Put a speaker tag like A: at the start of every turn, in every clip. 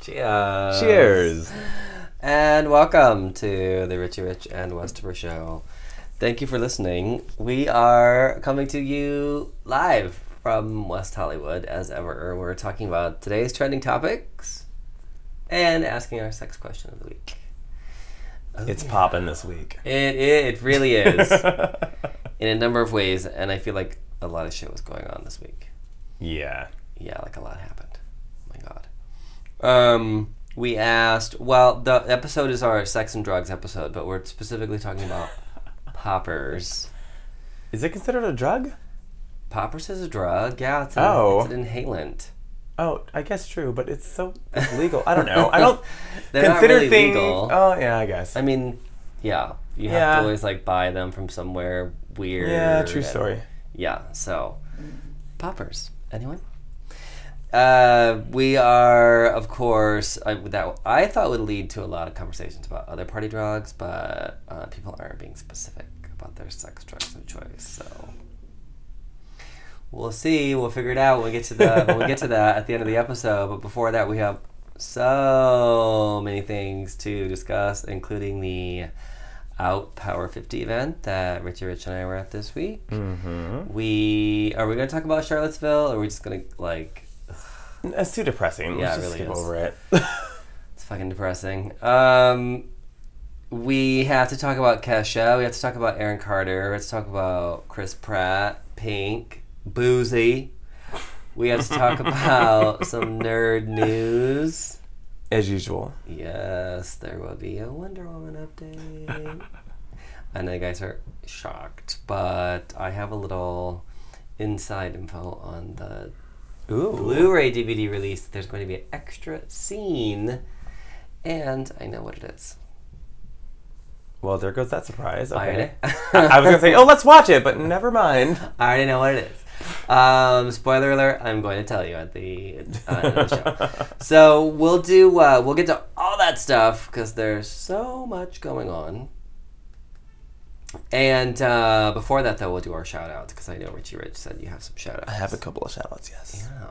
A: Cheers.
B: Cheers.
A: And welcome to the Richie Rich and Westbrook Show. Thank you for listening. We are coming to you live from West Hollywood, as ever. We're talking about today's trending topics and asking our sex question of the week.
B: It's popping this week.
A: It, it, it really is in a number of ways, and I feel like a lot of shit was going on this week.
B: yeah.
A: yeah, like a lot happened. Oh my god. Um, we asked. Well, the episode is our sex and drugs episode, but we're specifically talking about poppers.
B: Is it considered a drug?
A: Poppers is a drug. Yeah, it's, an,
B: Oh.
A: it's an inhalant.
B: Oh, I guess true, but it's so it's legal. I don't know. I don't
A: They're not
B: consider
A: really
B: things.
A: legal.
B: Oh yeah, I guess.
A: I mean, yeah, you have
B: Yeah.
A: to always like buy them from somewhere weird.
B: yeah, true
A: and-
B: story.
A: Yeah, so poppers. Anyone? Uh, we are, of course, I, that I thought would lead to a lot of conversations about other party drugs, but uh, people aren't being specific about their sex drugs of choice. So we'll see. We'll figure it out when we get to the when we get to that at the end of the episode. But before that, we have so many things to discuss, including the Out Power 50 event that Richie Rich and I were at this week.
B: Mm-hmm.
A: We are we gonna talk about Charlottesville, or are we just gonna like
B: It's too depressing.
A: Yeah,
B: Let's
A: it
B: just
A: really
B: skip
A: is.
B: over it.
A: it's fucking depressing. Um, we have to talk about Kesha. We have to talk about Aaron Carter. We have to talk about Chris Pratt, Pink, Boozy. We have to talk about some nerd news.
B: As usual.
A: Yes, there will be a Wonder Woman update. I know you guys are shocked, but I have a little inside info on the
B: Ooh.
A: Blu-ray DVD release, there's going to be an extra scene, and I know what it is.
B: Well, there goes that surprise.
A: I already,
B: Okay. I was gonna say, oh, let's watch it, but never mind.
A: I already know what it is. Um, spoiler alert! I'm going to tell you at the, uh, end of the show. so we'll do. Uh, we'll get to all that stuff because there's so much going on. And uh, before that, though, we'll do our shout outs because I know Richie Rich said you have some shout
B: I
A: outs.
B: have a couple of shout outs, yes.
A: Yeah.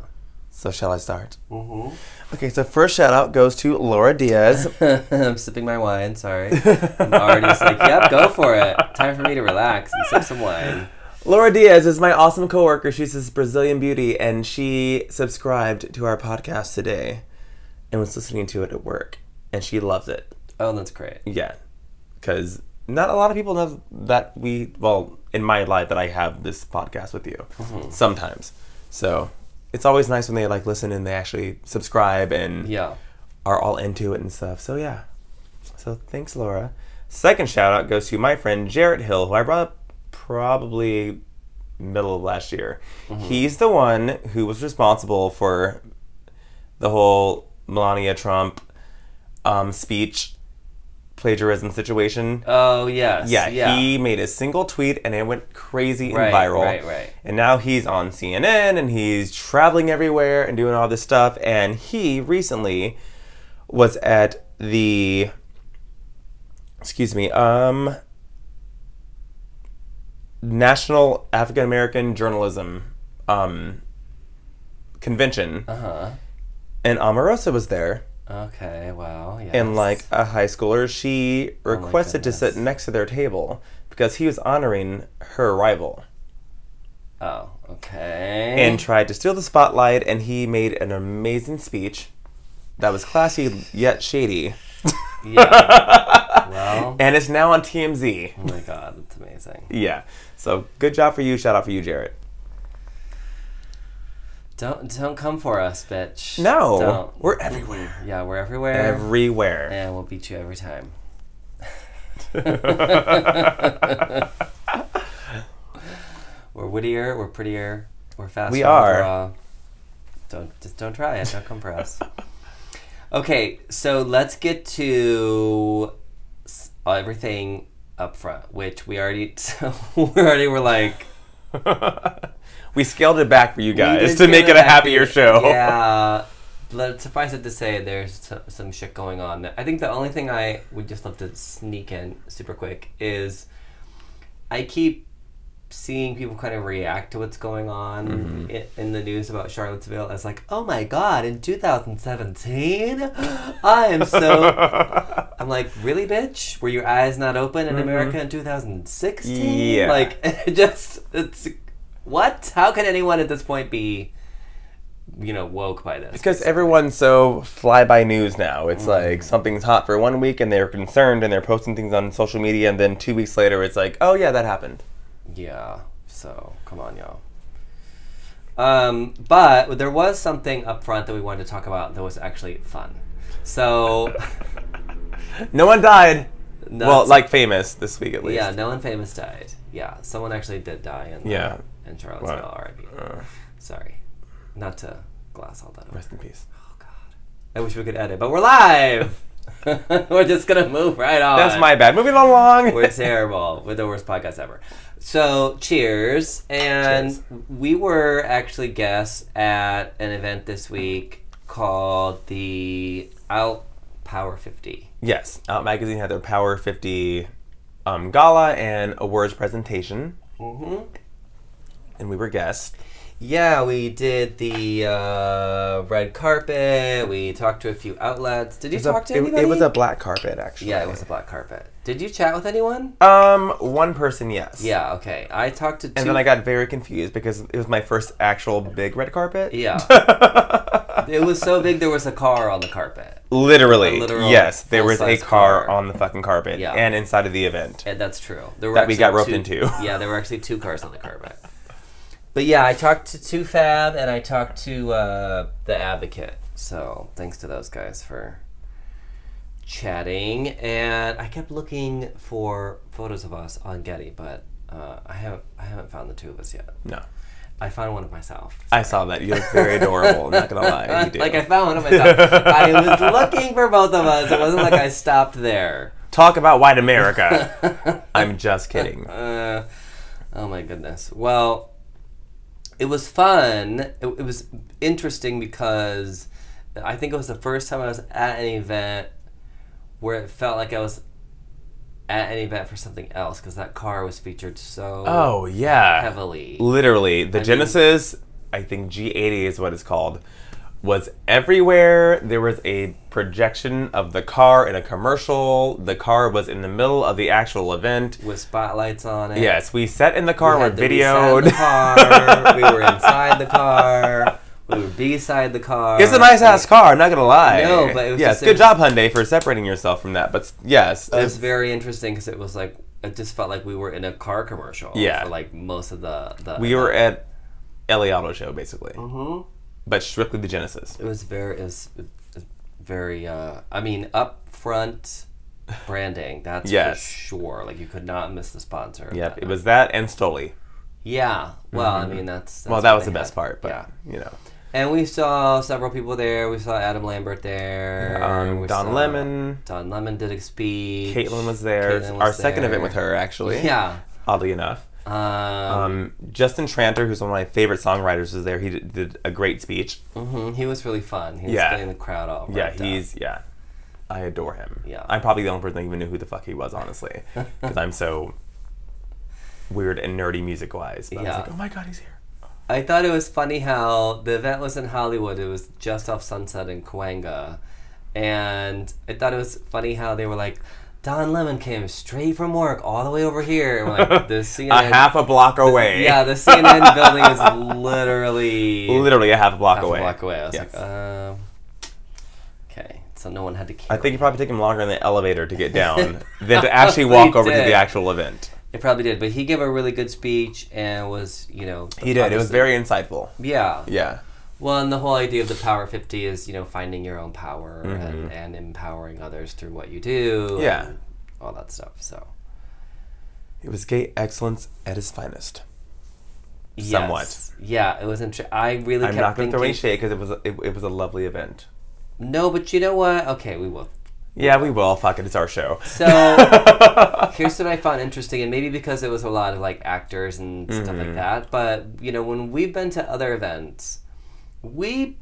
B: So, shall I start?
A: hmm
B: Mm-hmm. Okay, so first shout out goes to Laura Diaz.
A: I'm sipping my wine. Sorry, I'm already just like, yep, go for it. Time for me to relax and sip some wine.
B: Laura Diaz is my awesome coworker. She's this Brazilian beauty, and she subscribed to our podcast today and was listening to it at work, and she loves it.
A: Oh, that's great.
B: Yeah, because not a lot of people know that we well in my life that I have this podcast with you sometimes. So it's always nice when they like listen and they actually subscribe and
A: Yeah.
B: are all into it and stuff. So yeah. So thanks, Laura. Second shout out goes to my friend Jarrett Hill, who I brought up probably middle of last year. He's the one who was responsible for the whole Melania Trump um, speech plagiarism situation.
A: Oh yes.
B: Yeah,
A: Yeah.
B: he made a single tweet and it went crazy and
A: Right,
B: viral.
A: right, right.
B: And now he's on CNN and he's traveling everywhere and doing all this stuff. And he recently was at the, excuse me, um, National African American Journalism um, Convention,
A: uh
B: and Omarosa was there
A: huh. Okay. Wow. Yes. Oh
B: and like a high schooler, she requested to sit
A: goodness.
B: next to their table because he was honoring her rival
A: Oh. Okay.
B: and tried to steal the spotlight. And he made an amazing speech that was classy yet shady,
A: Yeah. well.
B: and it's now on TMZ.
A: Oh my God, that's amazing.
B: Yeah, so good job for you. Shout out for you, Jarrett.
A: Don't don't come for us, bitch.
B: No,
A: Don't.
B: we're everywhere.
A: Yeah, we're everywhere.
B: Everywhere.
A: and we'll beat you every time. we're wittier, we're prettier, we're faster.
B: We
A: on the
B: are.
A: draw. Don't just don't try it. Don't come for us. Okay, so let's get to s- everything up front, which we already so we already were like
B: we scaled it back for you
A: we
B: guys
A: did
B: to make
A: give
B: it a
A: back
B: happier
A: to-
B: show.
A: Yeah. Let, suffice it to say, there's so- some shit going on. I think the only thing I would just love to sneak in super quick is I keep seeing people kind of react to what's going on
B: Mm-hmm.
A: i- in the news about Charlottesville as like, oh my god, in 2017, I am so. I'm like, really, bitch? Were your eyes not open in America in 2016?
B: Mm-hmm. Yeah.
A: Like, it just it's what? How can anyone at this point be, you know, woke by this?
B: Because everyone's so fly by news now.
A: Mm.
B: It's like something's hot for one week and they're concerned and they're posting things on social media, and then two weeks later it's like, oh yeah, that happened.
A: Yeah. So come on, y'all. Um, but there was something up front that we wanted to talk about that was actually fun. So
B: No one died.
A: No,
B: well,
A: it's-
B: like famous this week at least.
A: yeah, no one famous died. Yeah, someone actually did die in
B: Yeah.
A: in Charlottesville.
B: Wow.
A: R.I.P.
B: Uh,
A: Sorry, not to glass all that. Over.
B: rest in peace.
A: Oh God, I wish we could edit, but we're live. we're just gonna move right on.
B: That's my bad. Moving along.
A: We're terrible. We're the worst podcast ever. So, cheers. And
B: Cheers.
A: we were actually guests at an event this week called the Out Power 50.
B: Yes, Out Magazine had their Power 50 um, gala and awards presentation,
A: Mm-hmm.
B: and we were guests.
A: Yeah, we did the uh, red carpet. We talked to a few outlets. Did you
B: It was a-
A: talk to
B: it-
A: anybody?
B: It was a black carpet, actually.
A: yeah, it was a black carpet. Did you chat with anyone?
B: Um, one person, yes.
A: Yeah. Okay. I talked to two.
B: And then I got very confused because it was my first actual big red carpet.
A: Yeah. it was so big. There was a car on the carpet.
B: Literally.
A: A literal
B: yes, there was a
A: full-size
B: car,
A: car.
B: on the fucking carpet
A: Yeah.
B: and inside of the event.
A: Yeah, that's true. There were
B: That we
A: actually
B: got roped
A: two-
B: into.
A: yeah, there were actually two cars on the carpet. But yeah, I talked to Two Fab and I talked to uh, the Advocate. So thanks to those guys for chatting. And I kept looking for photos of us on Getty, but uh, I haven't I haven't found the two of us yet.
B: No.
A: I found one of myself.
B: I saw that. You look very adorable. I'm not going to lie. You do.
A: like I found one of myself. I was looking for both of us. It wasn't like I stopped there.
B: Talk about white America. I'm just kidding.
A: Uh, oh my goodness. Well, it was fun. It, it was interesting because I think it was the first time I was at an event where it felt like I was at an event for something else because that car was featured so
B: Oh, yeah.
A: heavily.
B: Literally, the Genesis, I think G80 is what it's called, was everywhere. There was a projection of the car in a commercial. The car was in the middle of the actual event.
A: With spotlights on it.
B: Yes, we sat in the
A: We
B: car, we are
A: had the- we sat in
B: videoed.
A: the car. we were inside the car. We were beside the car.
B: It's a nice ass car. I'm not gonna lie.
A: No, but it was
B: yes,
A: just- it
B: good
A: was-
B: job Hyundai for separating yourself from that. But s- yes,
A: It was
B: it's-
A: very interesting because it was like it just felt like we were in a car commercial.
B: Yeah.
A: for like most of the the.
B: we were at LA Auto Show basically,
A: hmm
B: but strictly the Genesis.
A: It was very it was very. Uh, I mean, upfront branding. That's
B: Yes.
A: for sure. Like you could not miss the sponsor. of
B: Yep,
A: that
B: it
A: night.
B: was that and Stoli.
A: Yeah. Well, I mean, that's, that's
B: Well, that
A: what
B: was
A: they
B: the best
A: had.
B: part, but
A: yeah.
B: you know.
A: And we saw several people there. We saw Adam Lambert there.
B: Um,
A: We
B: Don
A: saw-
B: Lemon.
A: Don Lemon did a speech.
B: Caitlin was there.
A: Caitlin
B: Our
A: was
B: second
A: there.
B: event with her, actually.
A: Yeah.
B: Oddly enough.
A: Um,
B: Um, Justin Tranter, who's one of my favorite songwriters, was there. He did, did a great speech.
A: mhm, He was really fun. He was
B: Yeah.
A: getting the crowd all.
B: Yeah,
A: revved up.
B: he's, yeah. I adore him.
A: Yeah.
B: I'm probably the only person that even knew who the fuck he was, honestly. Because I'm so weird and nerdy music wise. But I
A: Yeah.
B: was like, oh my god, he's here.
A: I thought it was funny how the event was in Hollywood. It was just off Sunset in Cahuenga. And I thought it was funny how they were like, Don Lemon came straight from work all the way over here. And we're like, the CNN.
B: A half a block away.
A: yeah, the CNN building is literally
B: Literally a half a block
A: half
B: away.
A: a block away. I was
B: Yes.
A: like, um, okay. So no one had to care.
B: I think it probably took him longer in the elevator to get down than to actually walk
A: He
B: over to
A: did.
B: the actual event.
A: it probably did. But he gave a really good speech and was, you know.
B: He did. It was
A: obviously-
B: very insightful.
A: Yeah.
B: Yeah.
A: Well, and the whole idea of the Power 50 is, you know, finding your own power and, and empowering others through what you do.
B: Mm-hmm. Yeah.
A: and all that stuff. So,
B: It was gay excellence at its finest.
A: yes.
B: Somewhat.
A: Yeah, it was interesting. I really
B: I'm
A: kept
B: not going
A: thinking.
B: to throw any shade because it was a, it, it was a lovely event.
A: no, but you know what? Okay, we will.
B: Yeah, we will. Fuck it, it's our show.
A: So, here's what I found interesting, and maybe because it was a lot of like actors
B: Mm-hmm.
A: and stuff like that, but, you know, when we've been to other events, we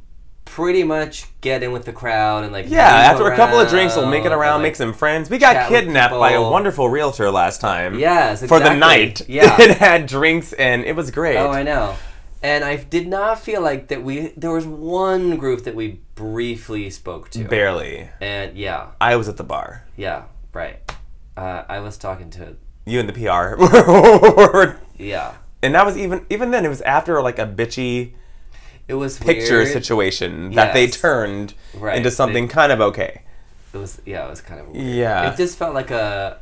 A: pretty much get in with the crowd and like
B: Yeah,
A: move
B: after a couple of drinks, we'll make it
A: and,
B: around,
A: like-
B: make some friends. We got
A: chat with
B: kidnapped by a
A: people.
B: wonderful realtor last time.
A: Yes,
B: For the
A: exactly.
B: night.
A: Yeah.
B: it had drinks and it was great.
A: Oh, I know. And I did not feel like that we. There was one group that we briefly spoke to,
B: Barely.
A: and yeah,
B: I was at the bar.
A: yeah, right. Uh, I was talking to
B: You and the PR were-
A: yeah.
B: and that was even even then it was after like a bitchy
A: It was
B: picture
A: weird.
B: situation that they
A: Yes.
B: turned
A: Right,
B: into
A: they-
B: something kind of okay.
A: It was yeah. It was kind of weird.
B: Yeah.
A: It just felt like a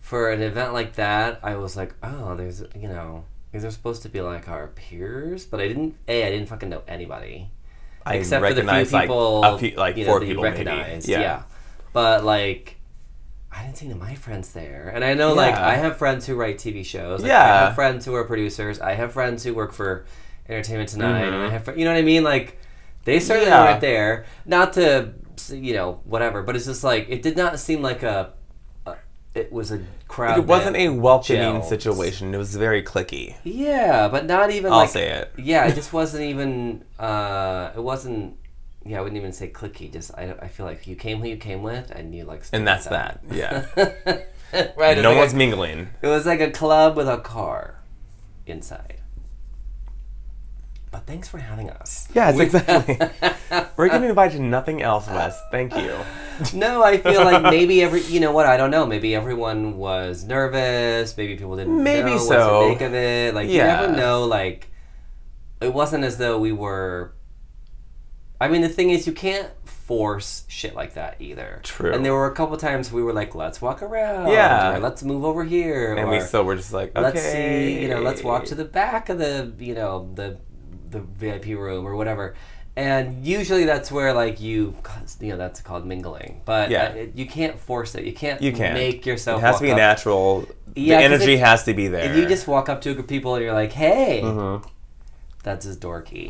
A: for an event like that. I was like, oh, there's you know, these are supposed to be like our peers, but I didn't. A, I didn't fucking know anybody.
B: I
A: except for the few
B: recognize
A: people,
B: like, a few, like
A: you know,
B: four
A: that you
B: people
A: recognized.
B: maybe.
A: Yeah. but like, I didn't see any of my friends there, and I know like
B: Yeah.
A: I have friends who write TV shows. Like, I
B: Yeah.
A: have friends who are producers. I have friends who work for Entertainment Tonight, and I have fr- you know what I mean. Like, they certainly
B: Mm-hmm. Yeah.
A: weren't there. Not to you know whatever, but it's just like it did not seem like a. a- It was a crowd.
B: It wasn't
A: that
B: a welcoming
A: gelled.
B: situation. It was very clicky.
A: Yeah, but not even
B: I'll
A: like
B: say it.
A: yeah, it just wasn't even. Uh, it wasn't. Yeah, I wouldn't even say clicky. Just I, don't- I feel like you came who you came with, and you like. stuck
B: And
A: with
B: that's that. Yeah.
A: that. right. It was,
B: no
A: like
B: one's
A: a,
B: mingling.
A: it was like a club with a car inside. But thanks for having us.
B: Yes, exactly. We're getting
A: Uh,
B: invited to nothing else, Wes. Thank you.
A: No, I feel like maybe every you know what I don't know. Maybe everyone was nervous. Maybe people didn't
B: Maybe
A: know
B: so.
A: what to make of it. Like
B: Yeah.
A: you never know. Like it wasn't as though we were. I mean, the thing is, you can't force shit like that either.
B: True.
A: And there were a couple times we were like, "Let's walk around."
B: Yeah.
A: Or, let's move over here.
B: And
A: or,
B: we still were just like, okay.
A: let's see you know let's walk to the back of the you know the the vip room or whatever and usually that's where like you you know that's called mingling but
B: Yeah.
A: uh, it- you can't force it you can't
B: You can't
A: make yourself
B: It has to
A: walk
B: be
A: up.
B: natural.
A: Yeah,
B: the
A: 'cause
B: energy
A: if-
B: has to be there.
A: if you just walk up to a group of people and you're like hey
B: Mm-hmm.
A: that's just dorky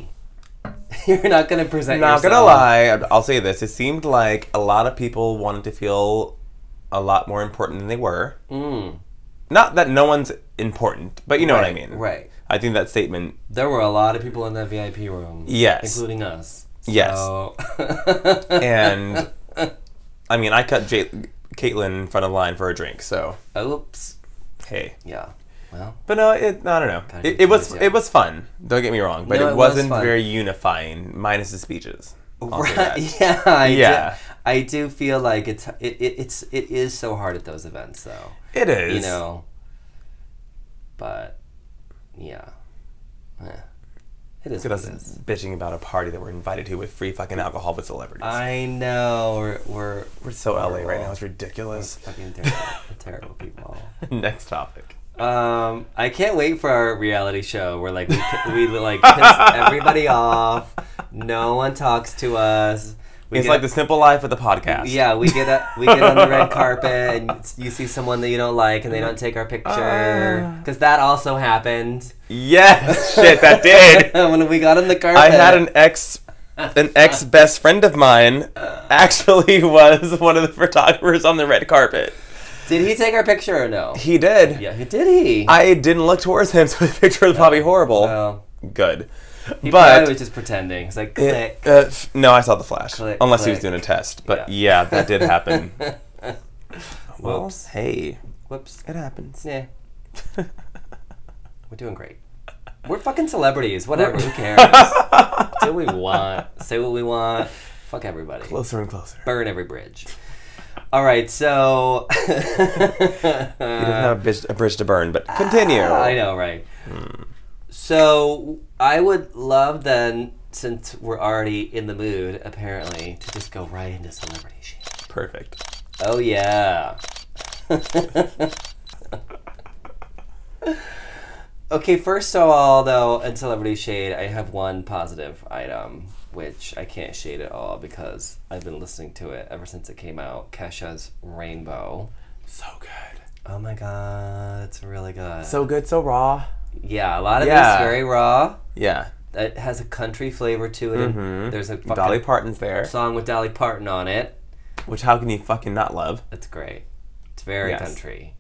A: you're not gonna present
B: Not gonna
A: yourself.
B: lie, I'll say this. It seemed like a lot of people wanted to feel a lot more important than they were.
A: Mm,
B: Not that no one's important, but you know what I mean.
A: right
B: I think that statement.
A: there were a lot of people in that vip room
B: Yes.
A: including us
B: Yes.
A: So-
B: And I mean, I cut J- Caitlin in front of the line for a drink, so
A: oops
B: hey.
A: yeah well
B: But no, it, I don't know.
A: Kinda
B: It, it was
A: confused, yeah.
B: it was fun. Don't get me wrong, but
A: No,
B: it
A: it was
B: wasn't
A: fun.
B: very unifying, minus the speeches. I'll say that.
A: Right. Yeah. I
B: Yeah.
A: Do, I do feel like it's it, it, it's it is so hard at those events though.
B: It is.
A: You know. But yeah. Eh. It is
B: Look
A: what
B: at
A: it is.
B: us bitching about a party that we're invited to with free fucking alcohol with celebrities.
A: I know we're we're,
B: we're so LA right
A: Horrible.
B: now. It's ridiculous.
A: fucking terrible, terrible people.
B: Next topic.
A: Um, I can't wait for our reality show where like we, ki- we like piss everybody off. No one talks to us. We
B: it's
A: get-
B: like the simple life of the podcast.
A: Yeah, we get a, we get on the red carpet and you see someone that you don't like and they don't take our picture
B: Ah.
A: because that also happened.
B: Yes. Shit, that did.
A: when we got on the carpet.
B: I had an ex, an ex best friend of mine, actually was one of the photographers on the red carpet.
A: Did he take our picture or no?
B: He did.
A: Yeah, he did. He.
B: I didn't look towards him, so the picture was probably horrible.
A: oh,
B: Good.
A: he
B: But
A: probably was just pretending. It's like
B: Yeah,
A: click.
B: uh, f- no, I saw the flash.
A: Click,
B: Unless he was
A: click.
B: doing a test, but yeah, that did happen. well,
A: Whoops.
B: hey,
A: Whoops.
B: it happens.
A: Yeah, we're doing great. We're fucking celebrities. Whatever. Who cares? Do what we want. Say what we want. Fuck everybody.
B: closer and closer.
A: Burn every bridge. All right, so
B: he doesn't have a bridge, a bridge to burn, but continue.
A: Ah, I know, right? So I would love then, since we're already in the mood, apparently, to just go right into celebrity shit.
B: Perfect.
A: Oh yeah. okay, first of all, though, in celebrity shade, I have one positive item, which I can't shade at all because I've been listening to it ever since it came out. Kesha's Rainbow.
B: So good.
A: Oh my god, it's really good.
B: So good, so raw.
A: yeah, a lot of
B: Yeah.
A: it's very raw.
B: Yeah.
A: It has a country flavor to it. And there's a fucking
B: Mm-hmm. Dolly Parton's there,
A: song with Dolly Parton on it.
B: which how can you fucking not love?
A: It's great. It's very
B: Yes.
A: country.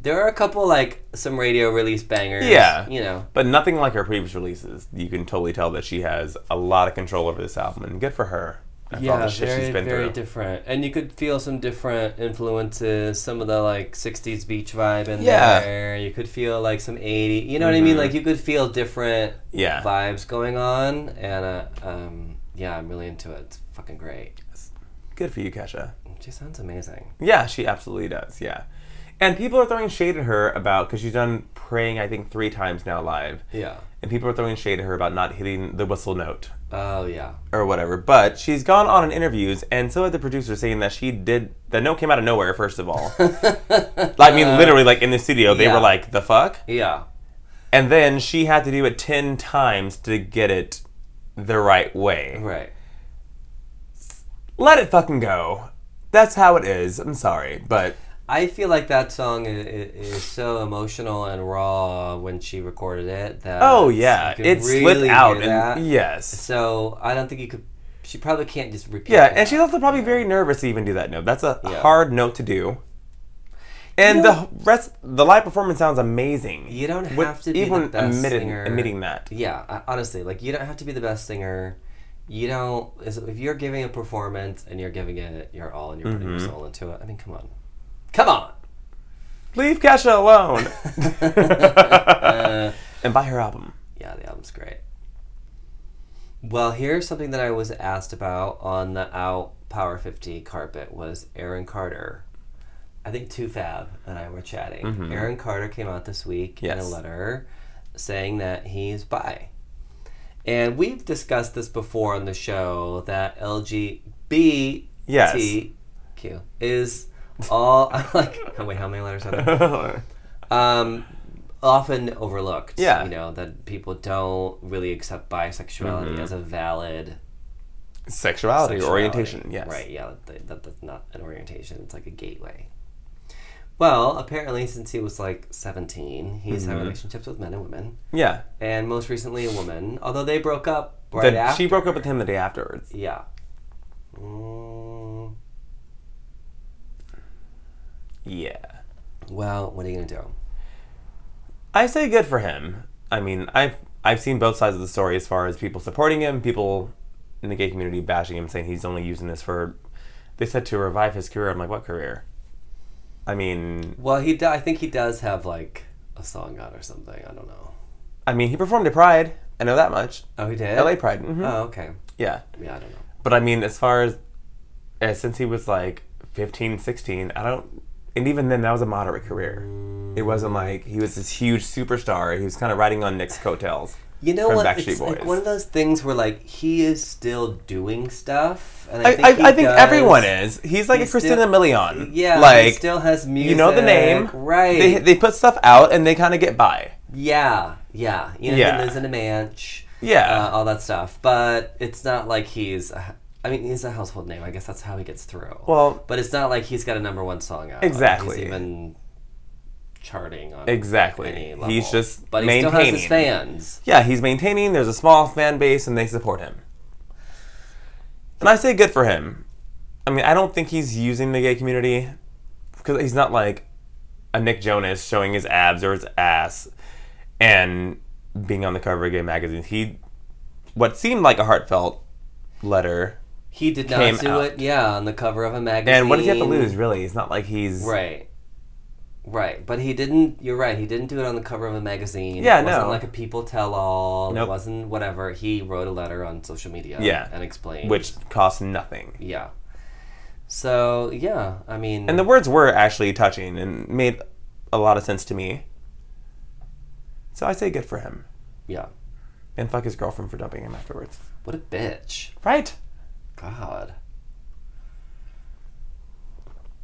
A: There are a couple like some radio release bangers.
B: Yeah.
A: you know.
B: But nothing like her previous releases. You can totally tell that she has a lot of control over this album, and good for her. After all
A: yeah,
B: the shit
A: very,
B: she's been
A: very
B: through.
A: different, and you could feel some different influences. Some of the like '60s beach vibe in
B: Yeah. Mm-hmm.
A: there. You could feel like some '80. You know what I mean? Like you could feel different
B: yeah.
A: vibes going on, and uh, um, yeah, I'm really into it. It's fucking great.
B: Good for you, Kesha.
A: She sounds amazing.
B: Yeah, she absolutely does. Yeah. And people are throwing shade at her about, because she's done praying, I think, three times now live.
A: Yeah.
B: And people are throwing shade at her about not hitting the whistle note
A: Oh yeah.
B: or whatever. But she's gone on in interviews, and so had the producer saying that she did. The note came out of nowhere, first of all. I mean, literally, like in the studio, they
A: yeah.
B: were like, the fuck?
A: Yeah.
B: And then she had to do it 10 times to get it the right way.
A: Right.
B: Let it fucking go. That's how it is. I'm sorry, but
A: I feel like that song is, is so emotional and raw when she recorded it that
B: oh yeah,
A: you can
B: it
A: really
B: slipped out.
A: hear that.
B: And, yes.
A: So I don't think you could. She probably can't just repeat.
B: Yeah,
A: that.
B: and she's also probably very nervous to even do that note. That's a
A: Yeah.
B: hard note to do. And
A: You
B: the rest, the live performance sounds amazing.
A: You don't
B: With-
A: have to be the
B: even
A: best
B: admitting
A: singer.
B: admitting that.
A: yeah. I- Honestly, like you don't have to be the best singer. You don't. is- If you're giving a performance and you're giving it your all and you're putting
B: Mm-hmm.
A: your soul into it, I mean, come on, come on.
B: Leave Kesha alone.
A: Uh,
B: and buy her album.
A: yeah, the album's great. Well, here's something that I was asked about on the Out Power 50 carpet was Aaron Carter. I think Two Fab and I were chatting. Aaron Carter came out this week in a
B: Yes.
A: letter saying that he's bi. And we've discussed this before on the show that LGBTQ is all. I'm like, oh, wait, how many letters are there? um, often overlooked.
B: Yeah.
A: You know, that people don't really accept bisexuality
B: Mm-hmm.
A: as a valid
B: Sexuality, or
A: sexuality.
B: Oh, orientation. Yes.
A: Right, yeah, that, that, that's not an orientation, it's like a gateway. Well, apparently, since he was like 17, he's
B: Mm-hmm.
A: had relationships with men and women,
B: Yeah.
A: and most recently, a woman, although they broke up right
B: That
A: after.
B: she broke up with him the day afterwards.
A: Yeah. Mm,
B: Yeah.
A: well, what are you going to do?
B: I say good for him. I mean, I've I've seen both sides of the story as far as people supporting him, people in the gay community bashing him, saying he's only using this for. They said to revive his career. I'm like, what career? I mean,
A: Well, he do- I think he does have like a song out or something. I don't know.
B: I mean, he performed at Pride. I know that much.
A: Oh, he did?
B: L.A. Pride. hmm
A: Oh, okay.
B: Yeah,
A: Yeah, I don't know.
B: but I mean, as far as, as since he was like 15, 16, I don't. And even then, that was a moderate career. It wasn't like he was this huge superstar. He was kind of riding on Nick's coattails.
A: You know
B: from
A: what?
B: Backstreet
A: It's like
B: Boys.
A: one of those things where like he is still doing stuff, and
B: I, I, I think,
A: he does-
B: everyone is. He's like
A: He's
B: a Christina
A: still-
B: Milian.
A: Yeah, like
B: like
A: still has music.
B: you know the name,
A: right?
B: They, they put stuff out and they kind of get by.
A: yeah, yeah. You know,
B: Yeah.
A: he lives in a manch.
B: Yeah.
A: uh, all that stuff. But it's not like he's. A, I mean, he's a household name. I guess that's how he gets through.
B: Well-
A: but it's not like he's got a number one song out.
B: Exactly.
A: He's even charting on
B: Exactly.
A: Any
B: He's
A: level.
B: just
A: but he still has his
B: maintaining.
A: fans.
B: Yeah, he's maintaining. There's a small fan base and they support him. And I say good for him. I mean, I don't think he's using the gay community because he's not like a Nick Jonas showing his abs or his ass and being on the cover of gay magazines. He, what seemed like a heartfelt letter.
A: He did
B: Came
A: not do
B: out.
A: it. Yeah, on the cover of a magazine.
B: And what does he have to lose, really? It's not like he's
A: Right. Right. But he didn't you're right, he didn't do it on the cover of a magazine.
B: Yeah,
A: it wasn't
B: no.
A: like a people tell all.
B: Nope.
A: It wasn't whatever. He wrote a letter on social media
B: Yeah.
A: and explained
B: which costs nothing.
A: Yeah. So yeah, I mean
B: And the words were actually touching and made a lot of sense to me. So I say good for him.
A: Yeah.
B: And fuck his girlfriend for dumping him afterwards.
A: What a bitch.
B: Right?
A: God.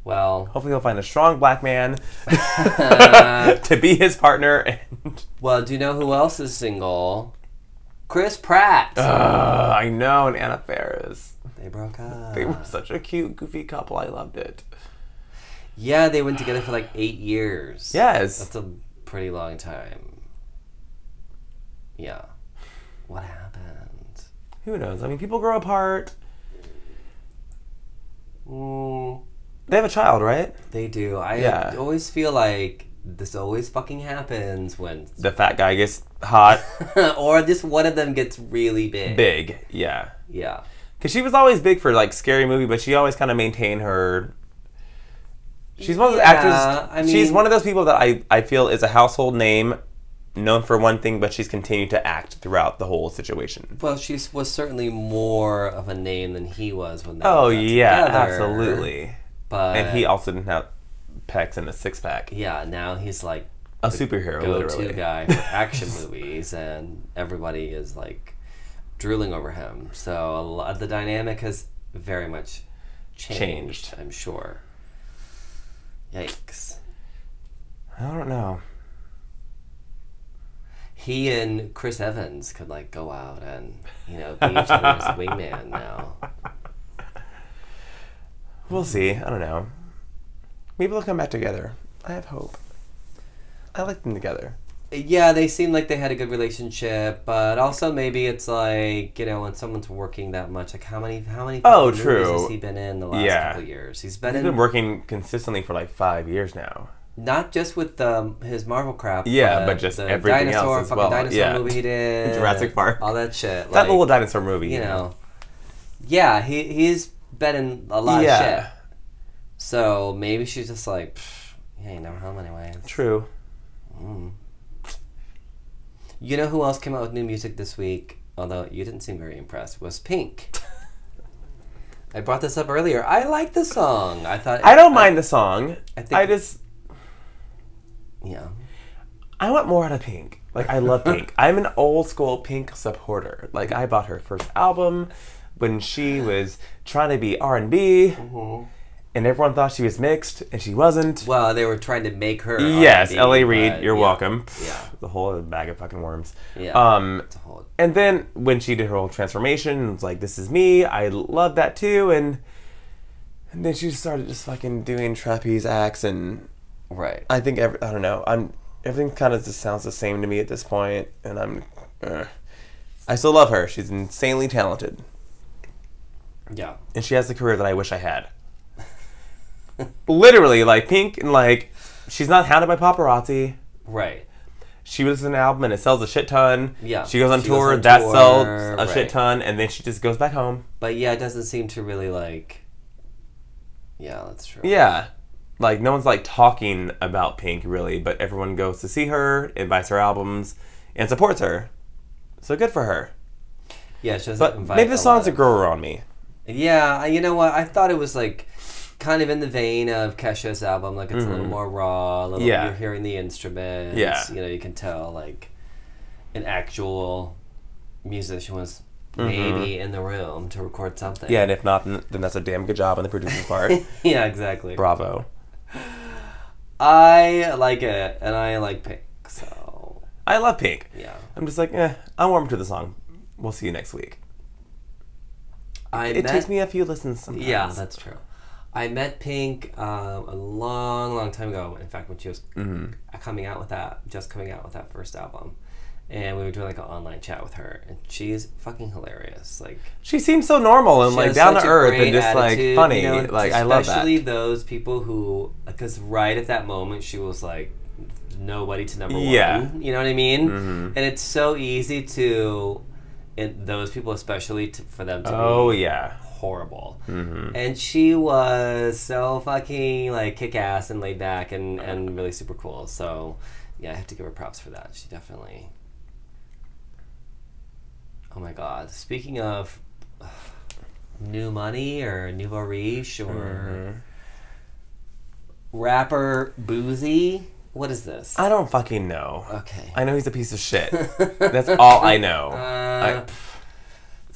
A: Well
B: Hopefully he'll find a strong black man to be his partner. And
A: well, do you know who else is single? Chris Pratt.
B: Ugh, uh, I know, and Anna Faris.
A: they broke up.
B: They were such a cute, goofy couple. I loved it.
A: yeah, they went together for like eight years.
B: Yes.
A: That's a pretty long time. Yeah. What happened?
B: Who knows? I mean, people grow apart.
A: Mm,
B: They have a child, right?
A: they do. I
B: Mm. Yeah.
A: always feel like this always fucking happens when
B: The fat guy gets hot,
A: or this one of them gets really big.
B: big. Yeah.
A: Yeah.
B: Because she was always big for like scary movie, but she always kind of maintained her. She's one of those
A: Yeah,
B: actors.
A: I
B: she's
A: mean-
B: one of those people that I, I feel is a household name, known for one thing, but she's continued to act throughout the whole situation.
A: Well, she was certainly more of a name than he was when they
B: Oh
A: got
B: yeah,
A: together,
B: absolutely.
A: But
B: and he also didn't have pecs and a six pack.
A: yeah, now he's like
B: A superhero,
A: go-to
B: literally.
A: guy for action movies, and everybody is like drooling over him. So a lot, the dynamic has very much changed,
B: Changed.
A: I'm sure. Yikes!
B: I don't know.
A: He and Chris Evans could like go out and you know be each other's wingman now.
B: We'll see. I don't know. Maybe they'll come back together. I have hope. I like them together.
A: Yeah, they seem like they had a good relationship, but also maybe it's like you know when someone's working that much, like how many how many
B: Oh,
A: fucking movies
B: true.
A: has he been in the last
B: Yeah.
A: couple years? He's been
B: He's
A: in
B: been working consistently for like five years now.
A: not just with um, his Marvel crap.
B: Yeah, but just
A: the
B: everything else
A: dinosaur,
B: as
A: fucking
B: well.
A: Dinosaur
B: Yeah.
A: movie he did
B: Jurassic Park.
A: all that shit.
B: that
A: like,
B: little dinosaur movie.
A: you know, yeah, he he's been in a lot of
B: Yeah.
A: shit. So maybe she's just like, "Pfft, yeah, you never home anyway.
B: True.
A: You know who else came out with new music this week? Although you didn't seem very impressed, was Pink. I brought this up earlier. I like the song. I thought
B: I don't mind the song. I,
A: I think-
B: just
A: Yeah,
B: I want more out of Pink. Like I love Pink. I'm an old school Pink supporter. Like I bought her first album when she was trying to be R and B, and everyone thought she was mixed, and she wasn't.
A: Mm-hmm. well, they were trying to make her.
B: yes,
A: R&B,
B: La Reid,
A: but
B: you're
A: yeah,
B: welcome.
A: Yeah.
B: the whole other bag of fucking worms.
A: Yeah.
B: Um,
A: It's a whole
B: and then when she did her whole transformation, it was like, "This is me." I love that too. And and then she started just fucking doing trapeze acts, and
A: right.
B: I think every, I don't know. I'm everything kind of just sounds the same to me at this point, and I'm. Uh, I still love her. She's insanely talented,
A: Yeah.
B: and she has the career that I wish I had. Literally, like Pink, and like she's not hounded by paparazzi.
A: Right.
B: she releases an album and it sells a shit ton.
A: Yeah.
B: She goes on
A: She goes
B: tour,
A: on
B: that
A: tour,
B: sells a
A: right.
B: shit ton, and then she just goes back home.
A: But yeah, it doesn't seem to really like. Yeah, that's true.
B: Yeah. Like no one's like talking about Pink really, but everyone goes to see her, invites her albums, and supports her. So good for her.
A: Yeah, she doesn't
B: But
A: invite.
B: maybe the song's
A: lot
B: a
A: of-
B: grower on me.
A: Yeah, I- you know what? I thought it was like kind of in the vein of Kesha's album. Like it's a little more raw. A little,
B: Mm-hmm. Yeah.
A: You're hearing the instruments.
B: Yeah.
A: You know, you can tell like an actual musician was maybe in the room to record something.
B: Mm-hmm. Yeah, and if not, then then that's a damn good job on the producer's part.
A: yeah, exactly.
B: Bravo.
A: I like it, and I like Pink. So
B: I love Pink.
A: yeah.
B: I'm just like, eh, I'm warm to the song. We'll see you next week.
A: I
B: It
A: met-
B: takes me a few listens sometimes.
A: Yeah, that's true. I met Pink um, a long, long time ago. In fact, when she was
B: Mm-hmm.
A: coming out with that, just coming out with that first album, and we were doing like an online chat with her, and she's fucking hilarious. Like,
B: She seems so normal and
A: she
B: like
A: has
B: down to
A: such a
B: earth
A: great
B: and just
A: attitude,
B: like funny.
A: you know,
B: like I love that.
A: Especially those people who, because right at that moment she was like nobody to number
B: Yeah. Mm-hmm.
A: one. You know what I mean? And it's so easy to, and those people especially to, for them to be
B: Oh yeah.
A: horrible.
B: Mm-hmm.
A: And she was so fucking like kick ass and laid back and, and really super cool. So yeah, I have to give her props for that. She definitely. Oh my god. Speaking of ugh, new money or nouveau riche or rapper Boozy, what is this?
B: Mm-hmm. I don't fucking know.
A: okay.
B: I know he's a piece of shit. That's all I know. I-
A: Uh,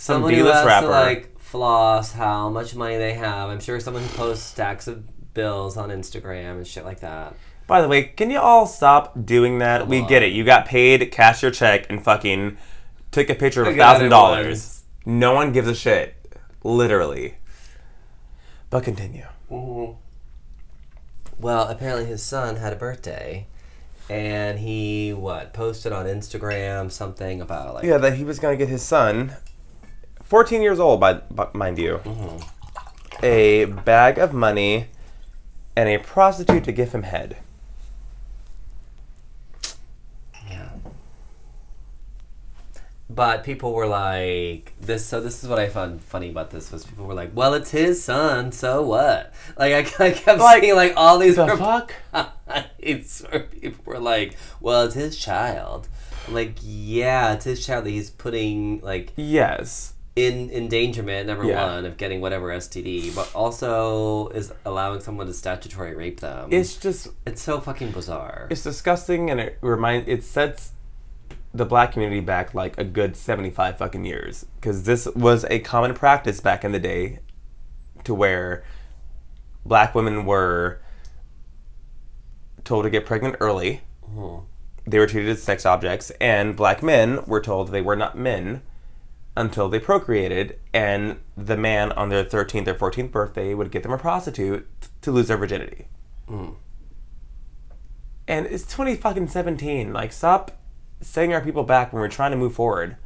B: some
A: Someone who
B: D-list
A: has
B: rapper.
A: to like floss how much money they have. I'm sure someone who posts stacks of bills on Instagram and shit like that.
B: By the way, can you all stop doing that? We
A: on.
B: get it. You got paid, cash your check, and fucking took a picture of a
A: got
B: thousand
A: it
B: dollars. No one gives a shit. Literally. But continue.
A: Well, apparently his son had a birthday, and he what posted on Instagram something about like
B: Yeah, that he was gonna get his son, fourteen years old, by, by mind you,
A: Mm-hmm.
B: a bag of money and a prostitute to give him head.
A: But people were like this. So this is what I found funny about this was people were like, "Well, it's his son, so what?" Like I, I kept
B: Like,
A: seeing like all these
B: The
A: rep-
B: fuck?
A: it's where people were like, "Well, it's his child." I'm like, yeah, it's his child that he's putting like
B: Yes.
A: in endangerment number
B: Yeah.
A: one of getting whatever STD, but also is allowing someone to statutory rape them.
B: It's just
A: It's so fucking bizarre.
B: it's disgusting and it reminds it sets the black community back like a good 75 fucking years because this was a common practice back in the day to where black women were told to get pregnant early they were treated as sex objects and black men were told they were not men until they procreated and the man on their 13th or 14th birthday would get them a prostitute to lose their virginity and it's 20 fucking 17 like stop setting our people back when we're trying to move forward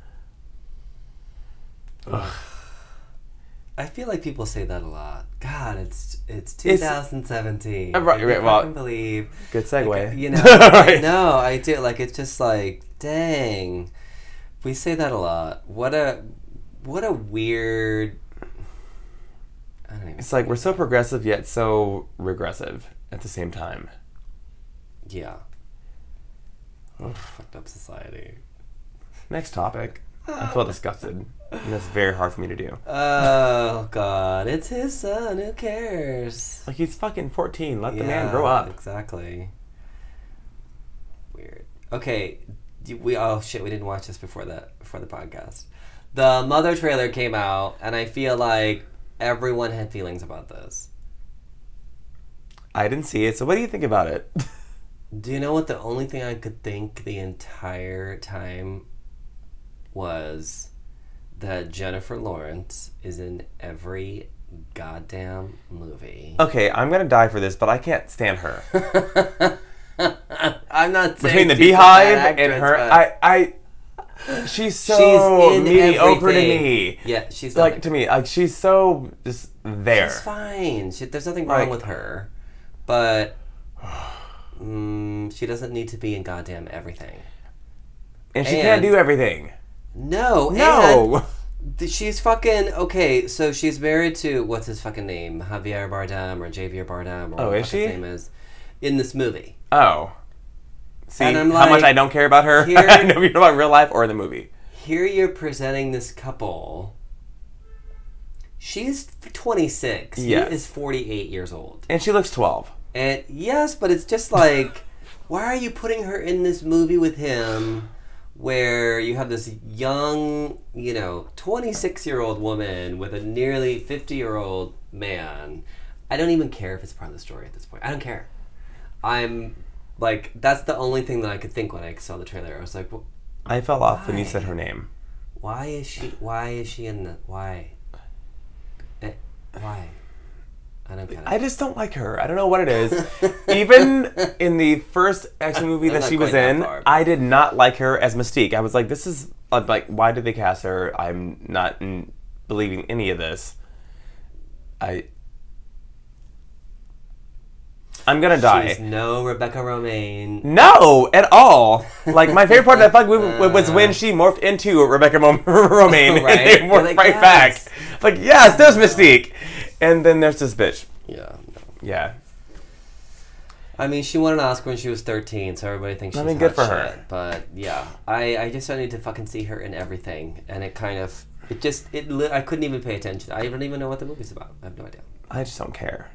A: I feel like people say that a lot. God, it's it's
B: It's-
A: 2017.
B: Uh, right,
A: I
B: right, well-
A: fucking believe.
B: good segue
A: Like, you know,
B: Right.
A: no, I do. Like it's just like, dang, we say that a lot. What a what a weird. I don't even.
B: it's like we're so progressive yet so regressive at the same time
A: Yeah. Fucked up society.
B: next topic i feel disgusted and that's very hard for me to do
A: Oh God, it's his son. Who cares?
B: like he's fucking 14 let the man
A: Yeah,
B: grow up
A: Exactly. Weird. Okay, d- we oh shit, we didn't watch this before the before the podcast. The mother trailer came out, and I feel like everyone had feelings about this.
B: i didn't see it so what do you think about it
A: Do you know what the only thing I could think the entire time was that Jennifer Lawrence is in every goddamn movie.
B: okay i'm gonna die for this but i can't stand her
A: I'm not saying
B: Uh, between the
A: she's a bad
B: beehive and
A: actress,
B: her
A: but-
B: i i she's so
A: in
B: mediocre
A: everything.
B: to me
A: Yeah, she's
B: like
A: like
B: to me like she's so just there
A: It's fine. She, there's nothing wrong
B: Like-
A: with her, but mm, she doesn't need to be in goddamn everything.
B: and she can't
A: and-
B: do everything
A: No,
B: no
A: and th- she's fucking okay. So she's married to what's his fucking name, Javier Bardem or Javier Bardem or what
B: Oh,
A: the
B: is
A: fuck his
B: she?
A: name is in this movie.
B: oh see
A: And I'm
B: how much
A: like,
B: i don't care about her
A: here-
B: i know you know about real life or the movie
A: Here you're presenting this couple. She's 26.
B: Yes.
A: He is 48 years old.
B: and she looks 12
A: And yes, but it's just like, why are you putting her in this movie with him where you have this young, you know, 26 year old woman with a nearly 50 year old man? I don't even care if it's part of the story at this point. I don't care. I'm like, that's the only thing that I could think when I saw the trailer. I was like, "Wh-
B: i fell off when you
A: Why?
B: said her name
A: why is she, why is she in the, why? Eh, why? I don't get it.
B: I just don't like her. I don't know what it is. Even in the first X Men movie
A: I'm
B: that
A: not
B: she was
A: going that
B: in,
A: far, but-
B: I did not like her as Mystique. I was like, this is I'm like, why did they cast her? I'm not in, believing any of this. I. I'm gonna die.
A: She's no Rebecca Romaine.
B: Mm. No, at all. Like my favorite part of that fuck movie was when she morphed into Rebecca Mo- Romaine
A: Right.
B: and they
A: You're
B: morphed
A: like,
B: right
A: yes.
B: back. Like yes, there's Mystique, and then there's this bitch.
A: Yeah. No.
B: Yeah.
A: I mean, she won an Oscar when she was 13, so everybody thinks she's
B: I mean,
A: hot
B: good for her.
A: shit, But yeah, I, I just don't need to fucking see her in everything, and it kind of it just it li- I couldn't even pay attention. I don't even know what the movie's about. I have no idea.
B: I just don't care.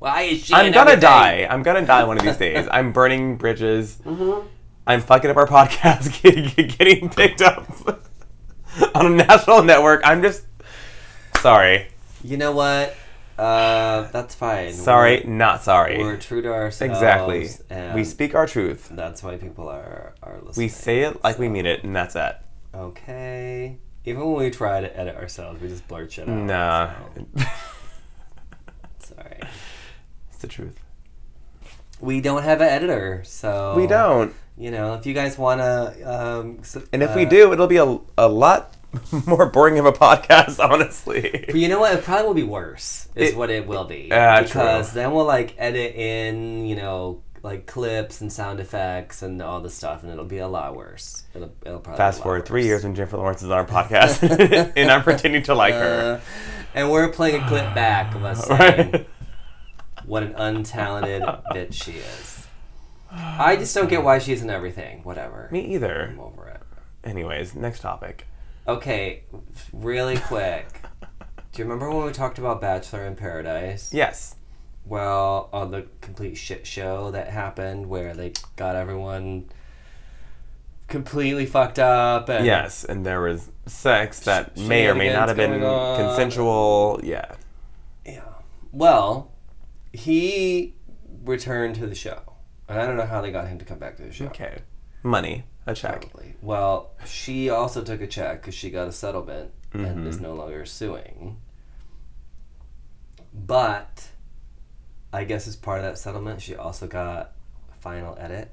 A: Why is she?
B: I'm
A: in
B: gonna
A: everything?
B: die. I'm gonna die one of these days. I'm burning bridges.
A: Mm-hmm.
B: I'm fucking up our podcast, getting, getting picked up on a national network. I'm just sorry,
A: You know what? Uh, that's fine.
B: sorry, not
A: We're, we're
B: sorry.
A: true to ourselves.
B: Exactly.
A: And
B: We speak our truth.
A: That's why people are are listening.
B: We say it like we mean it, and that's it.
A: Okay. Even when we try to edit ourselves, we just blurt shit out.
B: Nah,
A: so, sorry.
B: it's the truth.
A: We don't have an editor, so
B: We don't,
A: you know, if you guys want to, um, s-
B: and if we
A: uh,
B: do, it'll be a, a lot more boring of a podcast, honestly.
A: but you know what, it probably will be worse. Is
B: It-
A: what it will be
B: Ah,
A: because then we'll like edit in, you know, like clips and sound effects and all this stuff, and it'll be a lot worse. It'll, it'll probably be a
B: Fast
A: lot
B: forward
A: worse.
B: three years when Jennifer Lawrence is on our podcast, and I'm pretending to like her.
A: Uh, and we're playing a clip back of us saying
B: Right?
A: what an untalented bitch she is. I just don't get why she's in everything. Whatever.
B: Me either.
A: I'm over it.
B: Anyways, next topic.
A: Okay, really quick. Do you remember when we talked about Bachelor in Paradise?
B: Yes.
A: Well, on the complete shit show that happened where they got everyone completely fucked up and
B: Yes, and there was sex that
A: Sh-
B: may or may not have been
A: shenanigans going on.
B: consensual. Yeah.
A: Yeah. Well, he returned to the show. And I don't know how they got him to come back to the show.
B: Okay. Money. A check.
A: Probably. Well, she also took a check because she got a settlement and
B: Mm-hmm.
A: is no longer suing. But I guess as part of that settlement, she also got a final edit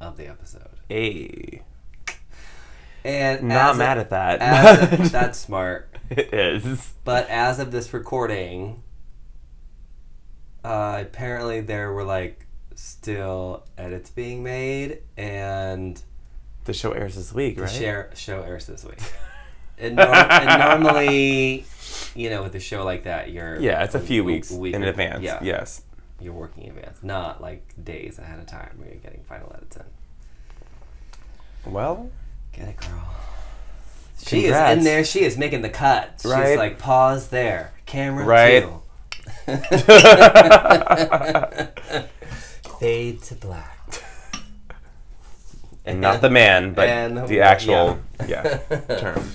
A: of the episode.
B: Hey.
A: And
B: Not
A: Oh. as
B: mad
A: of-
B: at that.
A: as
B: but
A: of- that's smart.
B: it is.
A: But as of this recording, uh, apparently there were like still edits being made, and
B: The show airs this week, right?
A: the share, show airs this week. and, norm- and normally, you know, with a show like that, you're
B: Yeah, it's a few weeks
A: week
B: in
A: or-
B: advance.
A: Yeah,
B: Yes.
A: you're working in advance, not like days ahead of time where you're getting final edits in.
B: Well,
A: Get it, girl. She is
B: Congrats.
A: in there. She is making the cut.
B: Right.
A: She's like, pause there. Camera
B: Right.
A: two. Fade to black.
B: not the man, but
A: And the-
B: the actual yeah. term.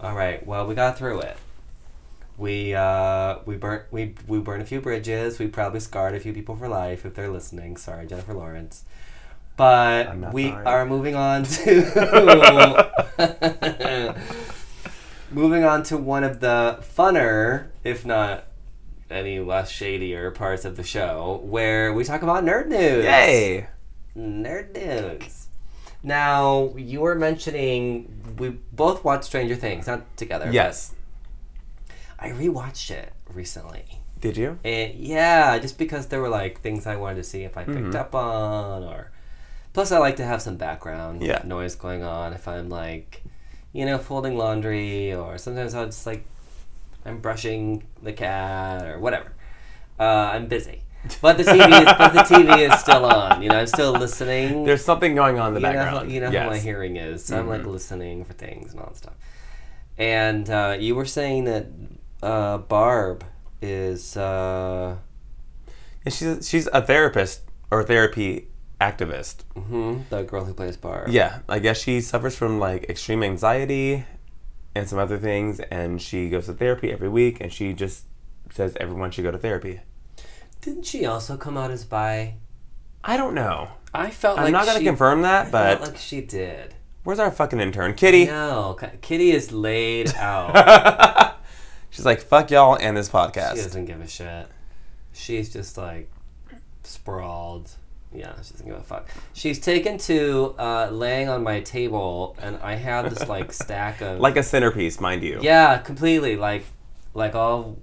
A: All right. Well, we got through it. We uh, we burnt we we burned a few bridges. We probably scarred a few people for life if they're listening. Sorry, Jennifer Lawrence.
B: I'm
A: But
B: not
A: we
B: sorry.
A: are moving on to moving on to one of the funner, if not any less shadier parts of the show, where we talk about nerd news.
B: Yay!
A: Nerd news. Now you were mentioning we both watched Stranger Things, not together.
B: Yes.
A: I rewatched it recently.
B: Did you?
A: And yeah, just because there were like things I wanted to see if I picked up on or plus I like to have some background
B: Yeah.
A: noise going on if I'm like, you know, folding laundry or sometimes I'll just like I'm brushing the cat or whatever. Uh, I'm busy. But the TV is but the TV is still on. You know, I'm still listening
B: There's something going on in the
A: you know, how-
B: background.
A: you know
B: yes.
A: how my hearing is. So I'm like listening for things and all that stuff. And uh, you were saying that uh, Barb is uh,
B: And she's she's a therapist or therapy activist.
A: mhm, the girl who plays Barb.
B: Yeah, I guess she suffers from like extreme anxiety and some other things, and she goes to therapy every week, and she just says everyone should go to therapy.
A: Didn't she also come out as bi?
B: I don't know.
A: I felt
B: I'm
A: like
B: not gonna
A: she,
B: confirm that,
A: felt
B: but
A: like she did.
B: where's our fucking intern, Kitty?
A: No, K- Kitty is laid out.
B: She's like, fuck y'all and this
A: she
B: podcast.
A: doesn't give a shit. She's just like sprawled. Yeah, she doesn't give a fuck. She's taken to uh, laying on my table, and I have this like stack of
B: Like a centerpiece, mind you.
A: Yeah, completely. Like, like all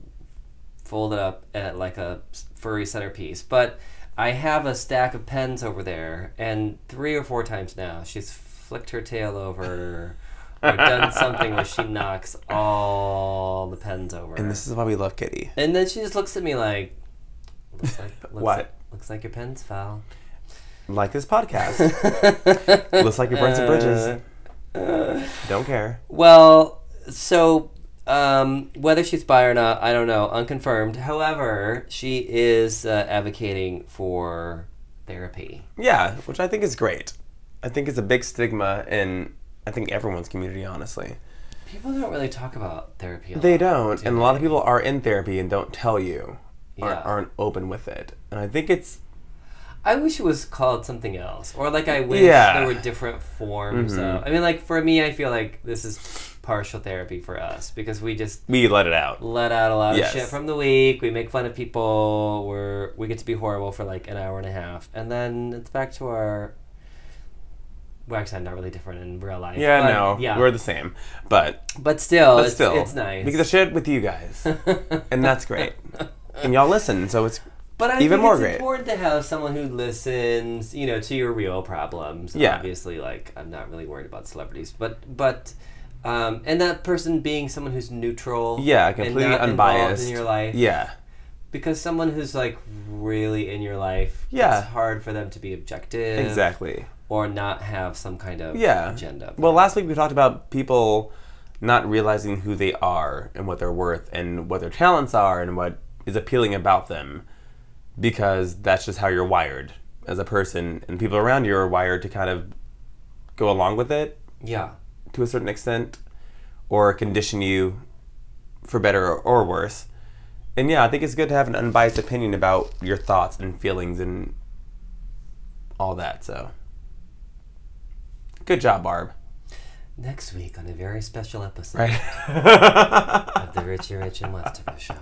A: folded up at like a s- furry centerpiece. But I have a stack of pens over there, and three or four times now, she's flicked her tail over or done something where she knocks all the pens over.
B: And this is why we love Kitty.
A: And then she just looks at me like, looks like looks
B: What?
A: Like, looks like your pens fell.
B: Like this podcast. Looks like you burned some bridges.
A: Uh.
B: Don't care.
A: Well, so um, whether she's bi or not, I don't know, unconfirmed. However, she is uh, advocating for therapy.
B: Yeah, which I think is great. I think it's a big stigma in, I think, everyone's community, honestly.
A: People don't really talk about therapy. A
B: They
A: lot,
B: don't,
A: do
B: and a lot of
A: they?
B: people are in therapy and don't tell you,
A: Yeah.
B: aren't, aren't open with it. And I think it's
A: I wish it was called something else, or like I wish
B: Yeah. Mm-hmm.
A: there were different forms. Of, I mean, like for me, I feel like this is partial therapy for us because we just
B: we let it out.
A: let out a lot
B: Yes.
A: of shit from the week. We make fun of people. We're we get to be horrible for like an hour and a half, and then it's back to our. Well, actually, I'm not really different in real life.
B: Yeah,
A: but,
B: no,
A: yeah,
B: we're the same, but
A: but still, it's,
B: still,
A: it's nice.
B: because I shared with you guys, and that's great. and y'all listen, so it's
A: But I
B: Even
A: think
B: more
A: it's
B: great.
A: important to have someone who listens, you know, to your real problems.
B: Yeah.
A: Obviously, like I'm not really worried about celebrities, but but um, and that person being someone who's neutral.
B: Yeah,
A: and
B: completely
A: not involved
B: unbiased.
A: in your life.
B: Yeah.
A: Because someone who's like really in your life,
B: Yeah.
A: it's hard for them to be objective,
B: Exactly.
A: or not have some kind of
B: Yeah.
A: agenda.
B: Well, last week we talked about people not realizing who they are and what they're worth and what their talents are and what is appealing about them because that's just how you're wired as a person and people around you are wired to kind of go along with it
A: yeah,
B: to a certain extent or condition you for better or, or worse. And yeah, I think it's good to have an unbiased opinion about your thoughts and feelings and all that. So, good job, Barb.
A: next week on a very special episode
B: Right?
A: of the Richie Rich and Westover show.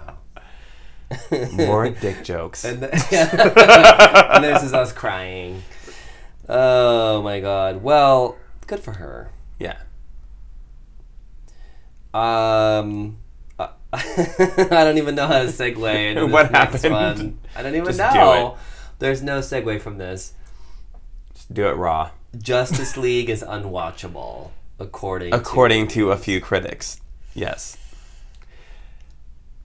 B: More dick jokes.
A: And, the- and this is us crying. Oh my god. Well, good for her.
B: yeah.
A: Um, uh, I don't even know how to segue into this
B: What
A: next
B: happened?
A: one. I don't even
B: Just do
A: know. There's no segue from this.
B: Just do it raw.
A: Justice League is unwatchable, according
B: According to a few critics. Yes.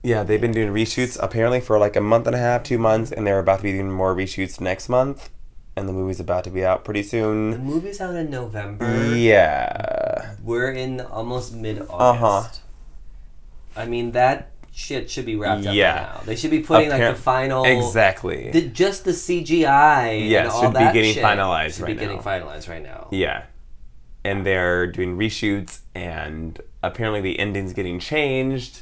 B: Yeah, they've been doing reshoots apparently for like a month and a half, two months, and they're about to be doing more reshoots next month. And the movie's about to be out pretty
A: to
B: soon.
A: the movie's out in November.
B: Yeah.
A: We're in almost mid August.
B: Uh-huh.
A: I mean that shit should be wrapped up
B: Yeah.
A: by now. They should be putting like
B: Apparent-
A: the final
B: Exactly.
A: The, just the CGI.
B: Yeah,
A: and all
B: should be
A: that
B: getting
A: shit
B: finalized
A: should
B: right
A: be getting
B: now.
A: finalized right now.
B: Yeah. And they're doing reshoots, and apparently the ending's getting changed.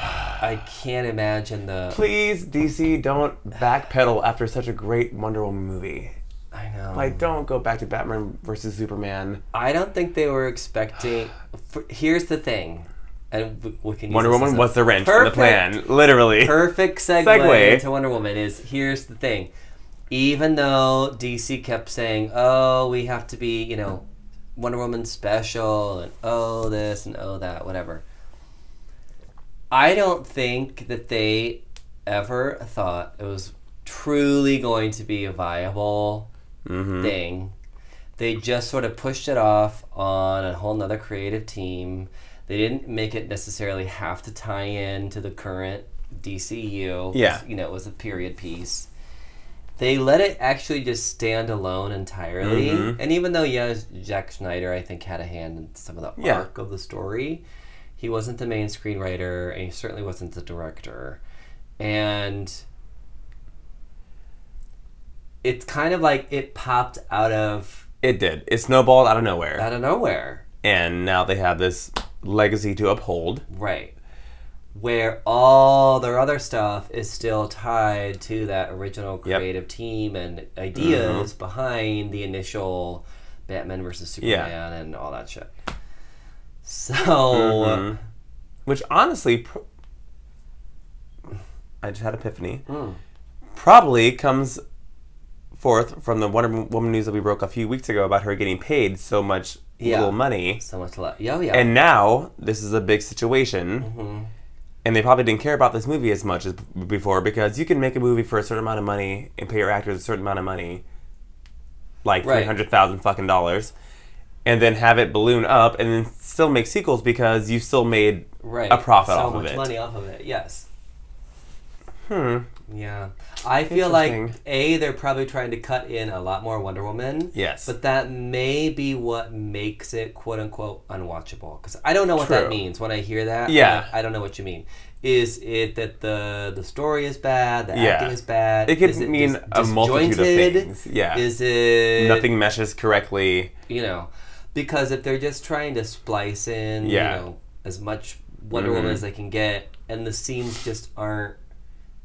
A: I can't imagine the.
B: Please, DC, don't backpedal after such a great Wonder Woman movie.
A: I know.
B: Like, don't go back to Batman versus Superman.
A: I don't think they were expecting. For, here's the thing, and we, we can. Use
B: Wonder
A: this
B: Woman
A: as a
B: was the wrench in the
A: perfect-
B: plan, literally.
A: Perfect segue,
B: Segue.
A: into Wonder Woman is here's the thing. Even though DC kept saying, "Oh, we have to be, you know, Wonder Woman special," and "Oh this" and "Oh that," whatever. I don't think that they ever thought it was truly going to be a viable thing. They just sort of pushed it off on a whole nother creative team. They didn't make it necessarily have to tie in to the current DCU. 'cause,
B: Yeah.
A: You know, it was a period piece. They let it actually just stand alone entirely. And even though, yes, Jack Schneider, I think, had a hand in some of the
B: Yeah.
A: arc of the story, he wasn't the main screenwriter and he certainly wasn't the director. And it's kind of like it popped out of
B: It did. It snowballed out of nowhere.
A: out of nowhere.
B: and now they have this legacy to uphold.
A: Right. Where all their other stuff is still tied to that original
B: Yep. Mm-hmm.
A: creative team and ideas behind the initial Batman versus
B: Yeah.
A: Superman and all that shit. So
B: Mm-hmm. Which honestly, pr- I just had epiphany.
A: Hmm.
B: Probably comes forth from the Wonder Woman news that we broke a few weeks ago about her getting paid so much
A: Yeah.
B: little money.
A: so much love. Yeah, yeah.
B: And now this is a big situation.
A: Mm-hmm.
B: And they probably didn't care about this movie as much as b- before because you can make a movie for a certain amount of money and pay your actors a certain amount of money, like
A: Right.
B: three hundred thousand fucking dollars, and then have it balloon up and then still make sequels because you still made
A: right.
B: a profit
A: so
B: off
A: much
B: of it.
A: money off of it. Yes.
B: Hmm.
A: Yeah. I feel like
B: Interesting.
A: A, they're probably trying to cut in a lot more Wonder Woman.
B: Yes.
A: But that may be what makes it quote unquote unwatchable. Because I don't know what that
B: True.
A: means when I hear that.
B: Yeah.
A: I, I don't know what you mean. Is it that the the story is bad, the
B: Yeah.
A: acting is bad?
B: It could
A: Is
B: mean
A: dis-
B: a multitude of
A: disjointed?
B: things. Yeah.
A: Is it
B: Nothing meshes correctly.
A: you know, because if they're just trying to splice in,
B: Yeah. Mm-hmm.
A: you know, as much Wonder Woman as they can get, and the scenes just aren't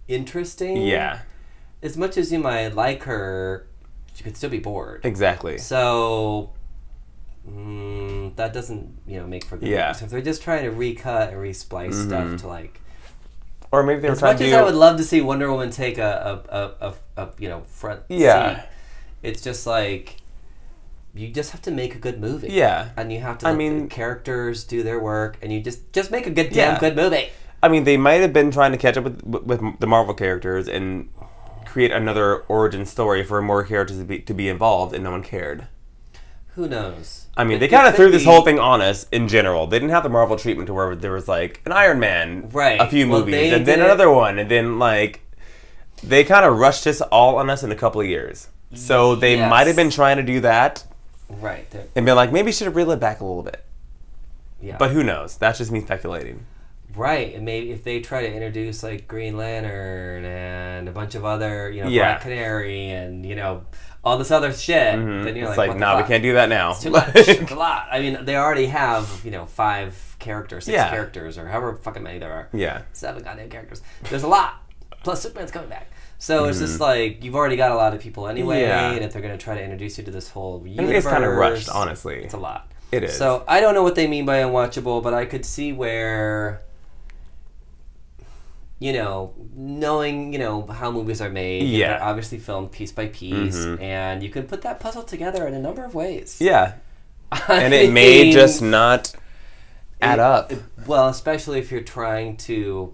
A: interesting.
B: Yeah.
A: As much as you might like her, you could still be bored.
B: Exactly.
A: So mm, that doesn't, you know, make for good.
B: Yeah. Mm-hmm.
A: So if they're just trying to recut and resplice stuff to like.
B: Or maybe they were
A: As
B: trying
A: much
B: to
A: as
B: do.
A: I would love to see Wonder Woman take a a, a, a, a you know front
B: Yeah.
A: seat, it's just like you just have to make a good movie.
B: yeah.
A: And you have to.
B: I
A: let
B: mean-
A: the characters do their work, and you just just make a good
B: Yeah.
A: damn good movie.
B: I mean, they might have been trying to catch up with with the Marvel characters and create another origin story for more characters to be, to be involved, and no one cared.
A: Who knows?
B: I mean,
A: It-
B: they
A: it
B: kind of
A: could
B: threw this
A: be-
B: whole thing on us in general. They didn't have the Marvel treatment to where there was like an Iron Man,
A: Right.
B: A few
A: Well,
B: movies,
A: they
B: and then
A: did-
B: another one, and then like they kind of rushed this all on us in a couple of years. So they
A: Yes.
B: might have been trying to do that
A: Right. there-
B: and been like, maybe should have reel it back a little bit.
A: Yeah.
B: But who knows? That's just me speculating.
A: Right, and maybe if they try to introduce like Green Lantern and a bunch of other, you know,
B: Yeah.
A: Black Canary and you know all this other shit, then you're
B: Mm-hmm. it's
A: like,
B: like,
A: what the
B: nah, we
A: fuck?
B: can't do that now.
A: It's too much. it's a lot. I mean, they already have you know five characters, six
B: Yeah.
A: characters, or however fucking many there are.
B: yeah.
A: Seven goddamn characters. There's a lot. Plus Superman's coming back, so it's just like you've already got a lot of people anyway,
B: Mm-hmm. Yeah.
A: and if they're gonna try to introduce you to this whole
B: And
A: universe,
B: it's kind of rushed, honestly.
A: It's a lot.
B: It is.
A: So I don't know what they mean by unwatchable, but I could see where, you know, knowing you know how movies are made,
B: Yeah. Mm-hmm.
A: they're obviously filmed piece by piece, and you can put that puzzle together in a number of ways.
B: yeah.
A: I
B: And it may
A: mean,
B: just not
A: it-
B: add up.
A: it- well, especially if you're trying to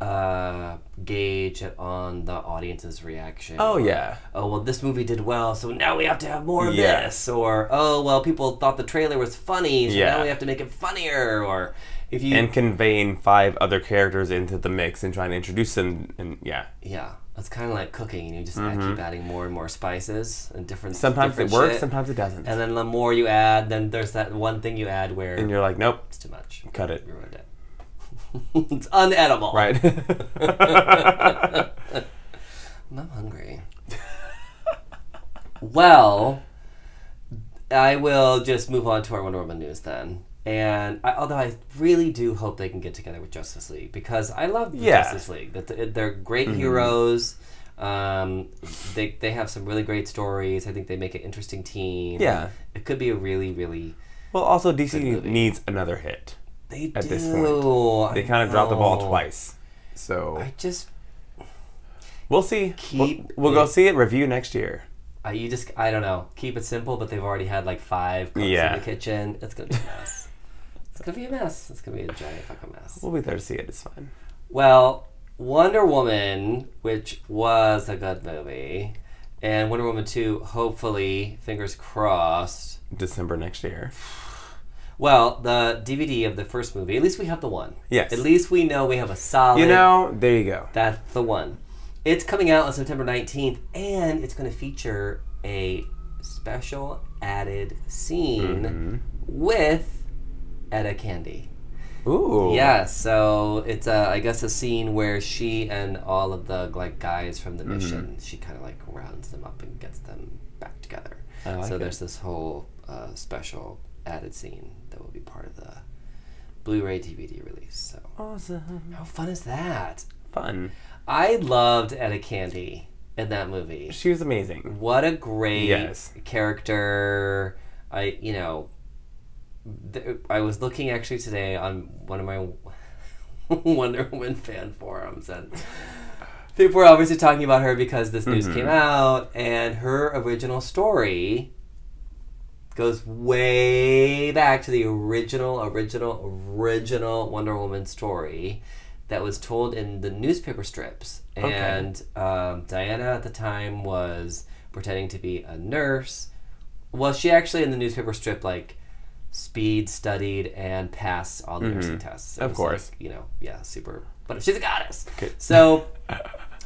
A: uh, gauge it on the audience's reaction.
B: oh,
A: or,
B: yeah.
A: oh well this movie did well so now we have to have more of
B: Yeah.
A: this or oh well people thought the trailer was funny so
B: Yeah.
A: now we have to make it funnier or if you
B: and conveying five other characters into the mix and trying to introduce them and yeah
A: yeah it's kind of like cooking you just add- keep adding more and more spices and different
B: Mm-hmm. sometimes
A: different
B: it works
A: shit.
B: sometimes it doesn't
A: and then the more you add then there's that one thing you add where
B: and you're like nope
A: it's too much
B: cut it
A: you ruined it it's unedible
B: right
A: I'm hungry. well, I will just move on to our Wonder Woman news then. And I, although I really do hope they can get together with Justice League because I love the
B: Yeah. Mm-hmm.
A: Justice League. That th- they're great heroes. Um, they they have some really great stories. I think they make an interesting team.
B: Yeah.
A: it could be a really really.
B: well also dc needs another hit
A: They
B: At
A: do.
B: this they kind of dropped the ball twice so
A: Oh. I just
B: we'll see We'll-
A: Keep
B: we'll,
A: it-
B: go see it review next year
A: I, Uh, you just I don't know. Keep it simple, but they've already had like five cooks
B: Yeah.
A: in the kitchen. It's gonna be a mess. it's gonna be a mess. It's gonna be a giant fucking mess.
B: we'll be there to see it it's fine
A: Well, Wonder Woman, which was a good movie, and Wonder Woman two, hopefully, fingers crossed.
B: december next year
A: Well, the DVD of the first movie. At least we have the one.
B: Yes.
A: At least we know we have a solid.
B: you know there you go
A: That's the one. It's coming out on September 19th, and it's going to feature a special added scene
B: Mm-hmm.
A: with Etta Candy.
B: ooh
A: Yeah, so it's uh, I guess a scene where she and all of the like guys from the
B: Mm-hmm.
A: mission, she kind of like rounds them up and gets them back together.
B: I like
A: so
B: it.
A: there's this whole uh, special added scene that will be part of the Blu-ray DVD release. So
B: awesome
A: how fun is that?
B: fun
A: I loved Etta Candy in that movie.
B: she was amazing
A: What a great
B: Yes.
A: character. I, you know, th- I was looking actually today on one of my Wonder Woman fan forums, and people were obviously talking about her because this news
B: Mm-hmm.
A: came out, and her original story goes way back to the original, original, original Wonder Woman story that was told in the newspaper strips.
B: Okay.
A: And um, Diana at the time was pretending to be a nurse. Well, she actually in the newspaper strip like speed studied and passed all the nursing tests. It
B: Mm-hmm. Of
A: was, like,
B: course.
A: you know, yeah, super. But she's a goddess. So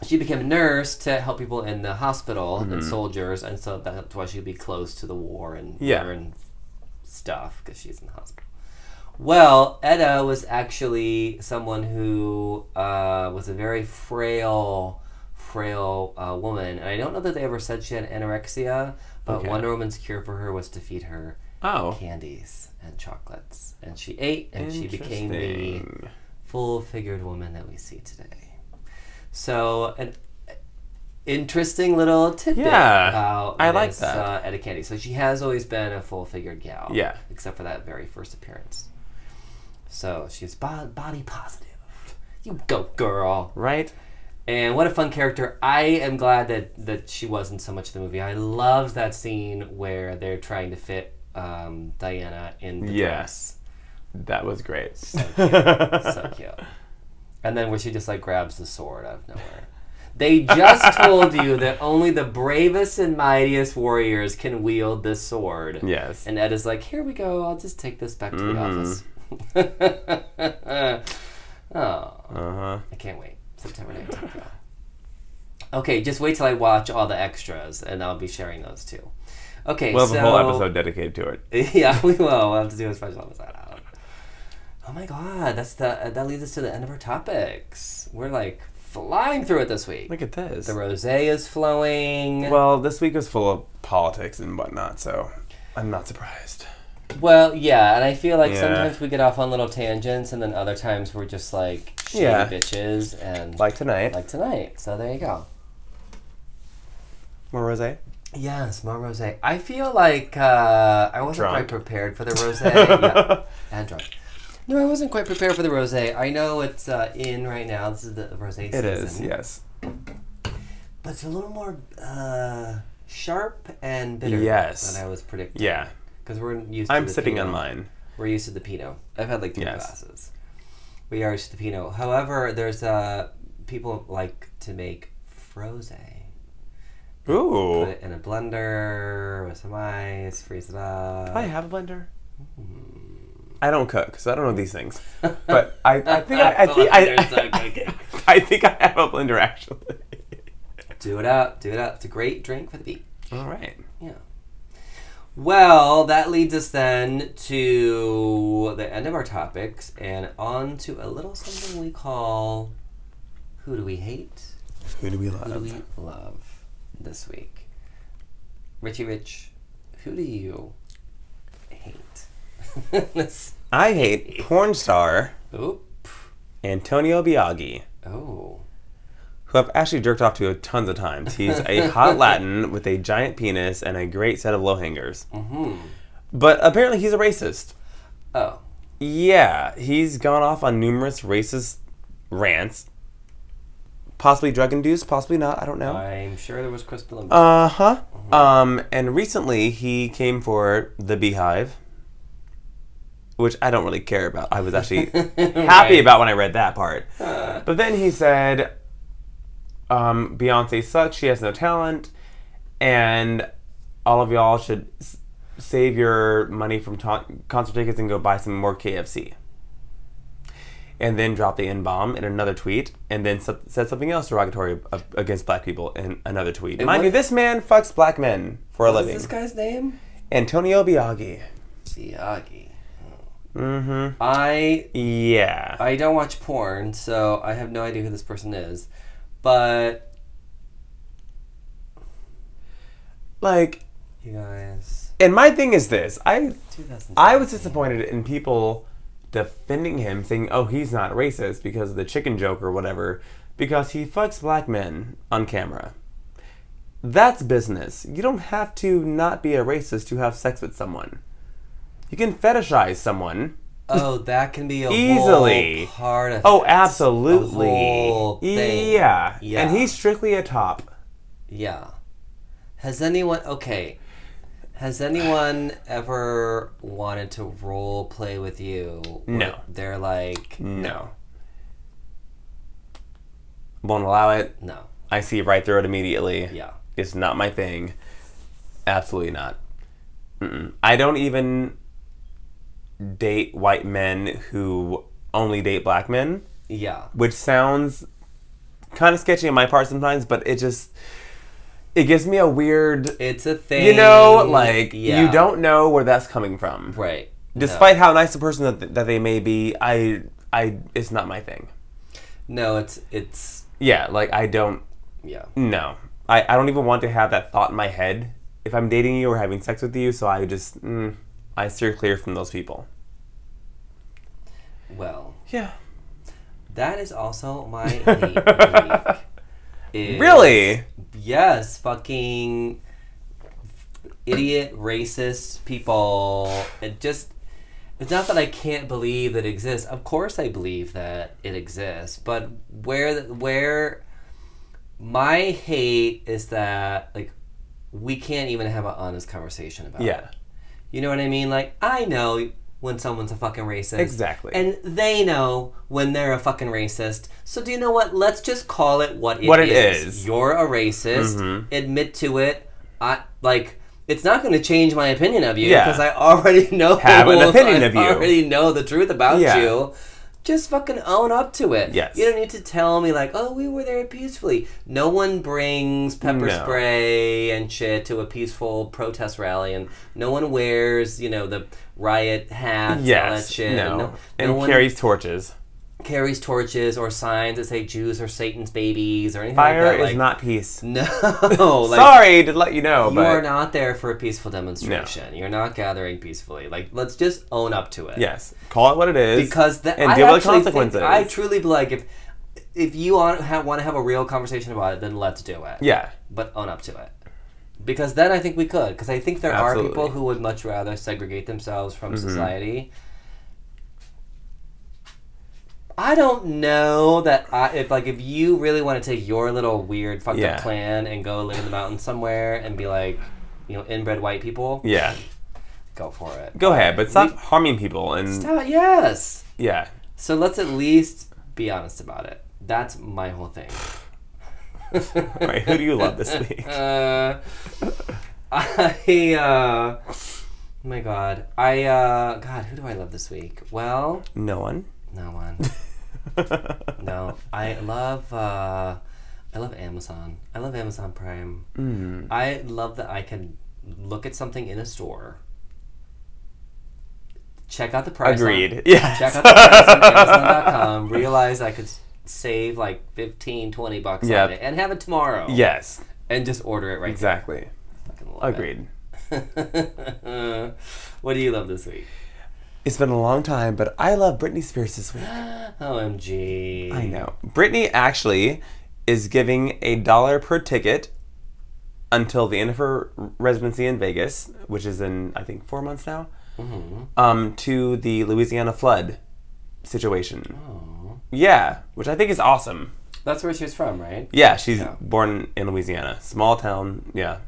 A: she became a nurse to help people in the hospital
B: Mm-hmm.
A: and soldiers, and so that's why she'd be close to the war and
B: Yeah.
A: war and stuff because she's in the hospital. Well, Edda was actually someone who uh, was a very frail, frail uh, woman, and I don't know that they ever said she had anorexia, but
B: Okay.
A: Wonder Woman's cure for her was to feed her
B: oh
A: candies and chocolates, and she ate, and she became the
B: Interesting.
A: full figured woman that we see today. So, an interesting little tidbit
B: Yeah,
A: about
B: I like
A: Miss,
B: that.
A: Uh, Etta Candy. So, she has always been a full figured gal.
B: Yeah.
A: Except for that very first appearance. So, she's bo- body positive. You go, girl.
B: right
A: And what a fun character. I am glad that, that she wasn't so much in the movie. I loved that scene where they're trying to fit um, Diana in the
B: Yeah.
A: dress
B: That was great.
A: so cute. And then where she just like grabs the sword out of nowhere. They just told you that only the bravest and mightiest warriors can wield this sword.
B: Yes.
A: And Ed is like, here we go. I'll just take this back to the office. oh,
B: Uh huh.
A: I can't wait. September 19th. yeah. Okay, just wait till I watch all the extras, and I'll be sharing those too. Okay,
B: We'll have
A: so
B: a whole episode dedicated to it.
A: yeah, we will. We'll have to do a special episode. on it. Oh my god, that's the uh, that leads us to the end of our topics. We're like flying through it this week.
B: Look at this.
A: The rosé is flowing. Well,
B: Well, this week was full of politics and whatnot, so I'm not surprised.
A: yeah, and I feel like
B: Yeah.
A: sometimes we get off on little tangents, and then other times we're just like shitty
B: Yeah.
A: bitches, and like,
B: Like tonight,
A: tonight. So there you go.
B: more rosé.
A: Yes, more rosé. I feel like uh, I wasn't
B: Drunk.
A: quite prepared for the rosé. yeah, and drunk. No, I wasn't quite prepared for the rosé. I know it's uh, in right now. This is the rosé
B: It
A: season.
B: is, yes,
A: But it's a little more uh, sharp and bitter
B: Yes.
A: than I was predicting.
B: yeah.
A: Because we're used to
B: I'm
A: the
B: sitting
A: Pinot.
B: on mine.
A: We're used to the Pinot. I've had like three
B: Yes.
A: glasses. We are used to the Pinot. However, there's uh, people like to make froze. Put
B: Ooh,
A: it in a blender with some ice, freeze it up.
B: I have a blender. I don't cook, so I don't know these things. But I, I think I, I think I, I think I have a blender actually.
A: do it up, do it up. It's a great drink for the beach.
B: All right.
A: Yeah. Well, that leads us then to the end of our topics and on to a little something we call Who Do We Hate?
B: Who do we
A: Who Do
B: love?
A: We Love this week? Richie Rich, who do you hate? This-
B: I hate porn star
A: Oop.
B: Antonio Biaggi.
A: Oh.
B: who I've actually jerked off to tons of times. He's a hot Latin with a giant penis and a great set of low hangers.
A: hmm
B: But apparently he's a racist.
A: Oh.
B: Yeah, he's gone off on numerous racist rants. Possibly drug induced, possibly not, I don't know.
A: I'm sure there was crystal in
B: Uh huh. Um, and recently he came for The Beehive, which I don't really care about. I was actually happy
A: Right.
B: about when I read that part. But then he said, um, Beyonce sucks, she has no talent, and all of y'all should s- save your money from ta- concert tickets and go buy some more KFC. And then dropped the N bomb in another tweet, and then so- said something else derogatory a- against black people in another tweet. Mind
A: what-
B: you, this man fucks black men for a
A: What
B: living.
A: is this guy's name?
B: Antonio Biaggi.
A: Siagi.
B: Mm
A: I
B: hmm. Yeah.
A: I don't watch porn, so I have no idea who this person is. But
B: like,
A: you guys,
B: and my thing is this I
A: 2000.
B: I was disappointed in people defending him, saying, "Oh, he's not racist because of the chicken joke or whatever," because he fucks black men on camera. That's business. You don't have to not be a racist to have sex with someone. You can fetishize someone.
A: Oh, that can be a
B: Easily.
A: whole part of.
B: Oh,
A: it.
B: absolutely.
A: The whole thing.
B: Yeah.
A: Yeah.
B: And he's strictly a top.
A: Yeah. Has anyone okay? Has anyone ever wanted to role play with you? where
B: No.
A: They're like
B: No. Won't allow it.
A: no.
B: I see right through it immediately.
A: Yeah.
B: It's not my thing. Absolutely not. Mm-mm. I don't even date white men who only date black men,
A: Yeah.
B: which sounds kind of sketchy on my part sometimes, but it just it gives me a weird,
A: It's a thing.
B: you know, like
A: Yeah.
B: you don't know where that's coming from.
A: Right. No.
B: Despite how nice a person that, that they may be, I I it's not my thing.
A: No, it's it's
B: Yeah, like I don't
A: yeah.
B: No. I, I don't even want to have that thought in my head if I'm dating you or having sex with you, so I just, mm, I steer clear from those people.
A: Well.
B: Yeah.
A: That is also my hate of the week. Is-
B: Really?
A: Yes, fucking idiot, racist people. It just. It's not that I can't believe that it exists. Of course, I believe that it exists. But where where my hate is that like we can't even have an honest conversation about it.
B: Yeah.
A: You know what I mean? Like, I know when someone's a fucking racist.
B: Exactly.
A: And they know when they're a fucking racist. So do you know what? Let's just call it what it
B: What it is. Mm-hmm.
A: You're a racist. Admit to it. I like it's not going to change my opinion of you
B: Yeah.
A: because I already know
B: Have an opinion
A: I
B: of you.
A: already know the truth about
B: Yeah.
A: you. Just fucking own up to it.
B: Yes.
A: You don't need to tell me like, "Oh, we were there peacefully." No one brings pepper
B: No.
A: spray and shit to a peaceful protest rally, and no one wears, you know, the riot hats, all that
B: Yes.
A: shit.
B: no.
A: no
B: And
A: one
B: carries torches.
A: carries torches or signs that say Jews are Satan's babies or anything
B: Fire
A: like that.
B: is
A: like,
B: not peace.
A: No, like,
B: Sorry to let you know,
A: You
B: but
A: are not there for a peaceful demonstration. You're not gathering peacefully. Like, let's just own up to it.
B: yes, call it what it is.
A: Because the,
B: and
A: I
B: deal with the
A: actually think-
B: consequences.
A: I truly believe, like, if if you want ha, want to have a real conversation about it, then let's do it.
B: yeah,
A: but own up to it. Because then I think we could. Because I think there are people
B: Absolutely. Mm-hmm.
A: who would much rather segregate themselves from society. I don't know that I, if like if you really want to take your little weird fucked
B: Yeah.
A: up plan and go live in the mountains somewhere and be like, you know, inbred white people,
B: yeah.
A: go for it.
B: Go ahead, but stop harming people and
A: Stop- yes.
B: yeah.
A: So let's at least be honest about it. That's my whole thing.
B: All right, who do you love this week?
A: Uh, I, uh, my God, I, uh, God, who do I love this week? Well,
B: No one.
A: no one. No, I love, uh, I love Amazon. I love Amazon Prime.
B: Hmm.
A: I love that I can look at something in a store, check out the price. on-
B: Agreed. Yeah.
A: check out the price on Amazon.com. Realize I could s- save like 15, 20 bucks
B: Yep.
A: on it and have it tomorrow.
B: yes,
A: And just order it right there.
B: exactly.
A: Fucking love it.
B: Agreed.
A: what do you love this week?
B: It's been a long time, but I love Britney Spears this week.
A: OMG.
B: I know. Britney actually is giving a dollar per ticket until the end of her residency in Vegas, which is in I think four months now, um, to the Louisiana flood situation. Yeah, which I think is awesome.
A: That's where she's from, right?
B: Yeah, she's
A: Yeah.
B: born in Louisiana, small town. Yeah,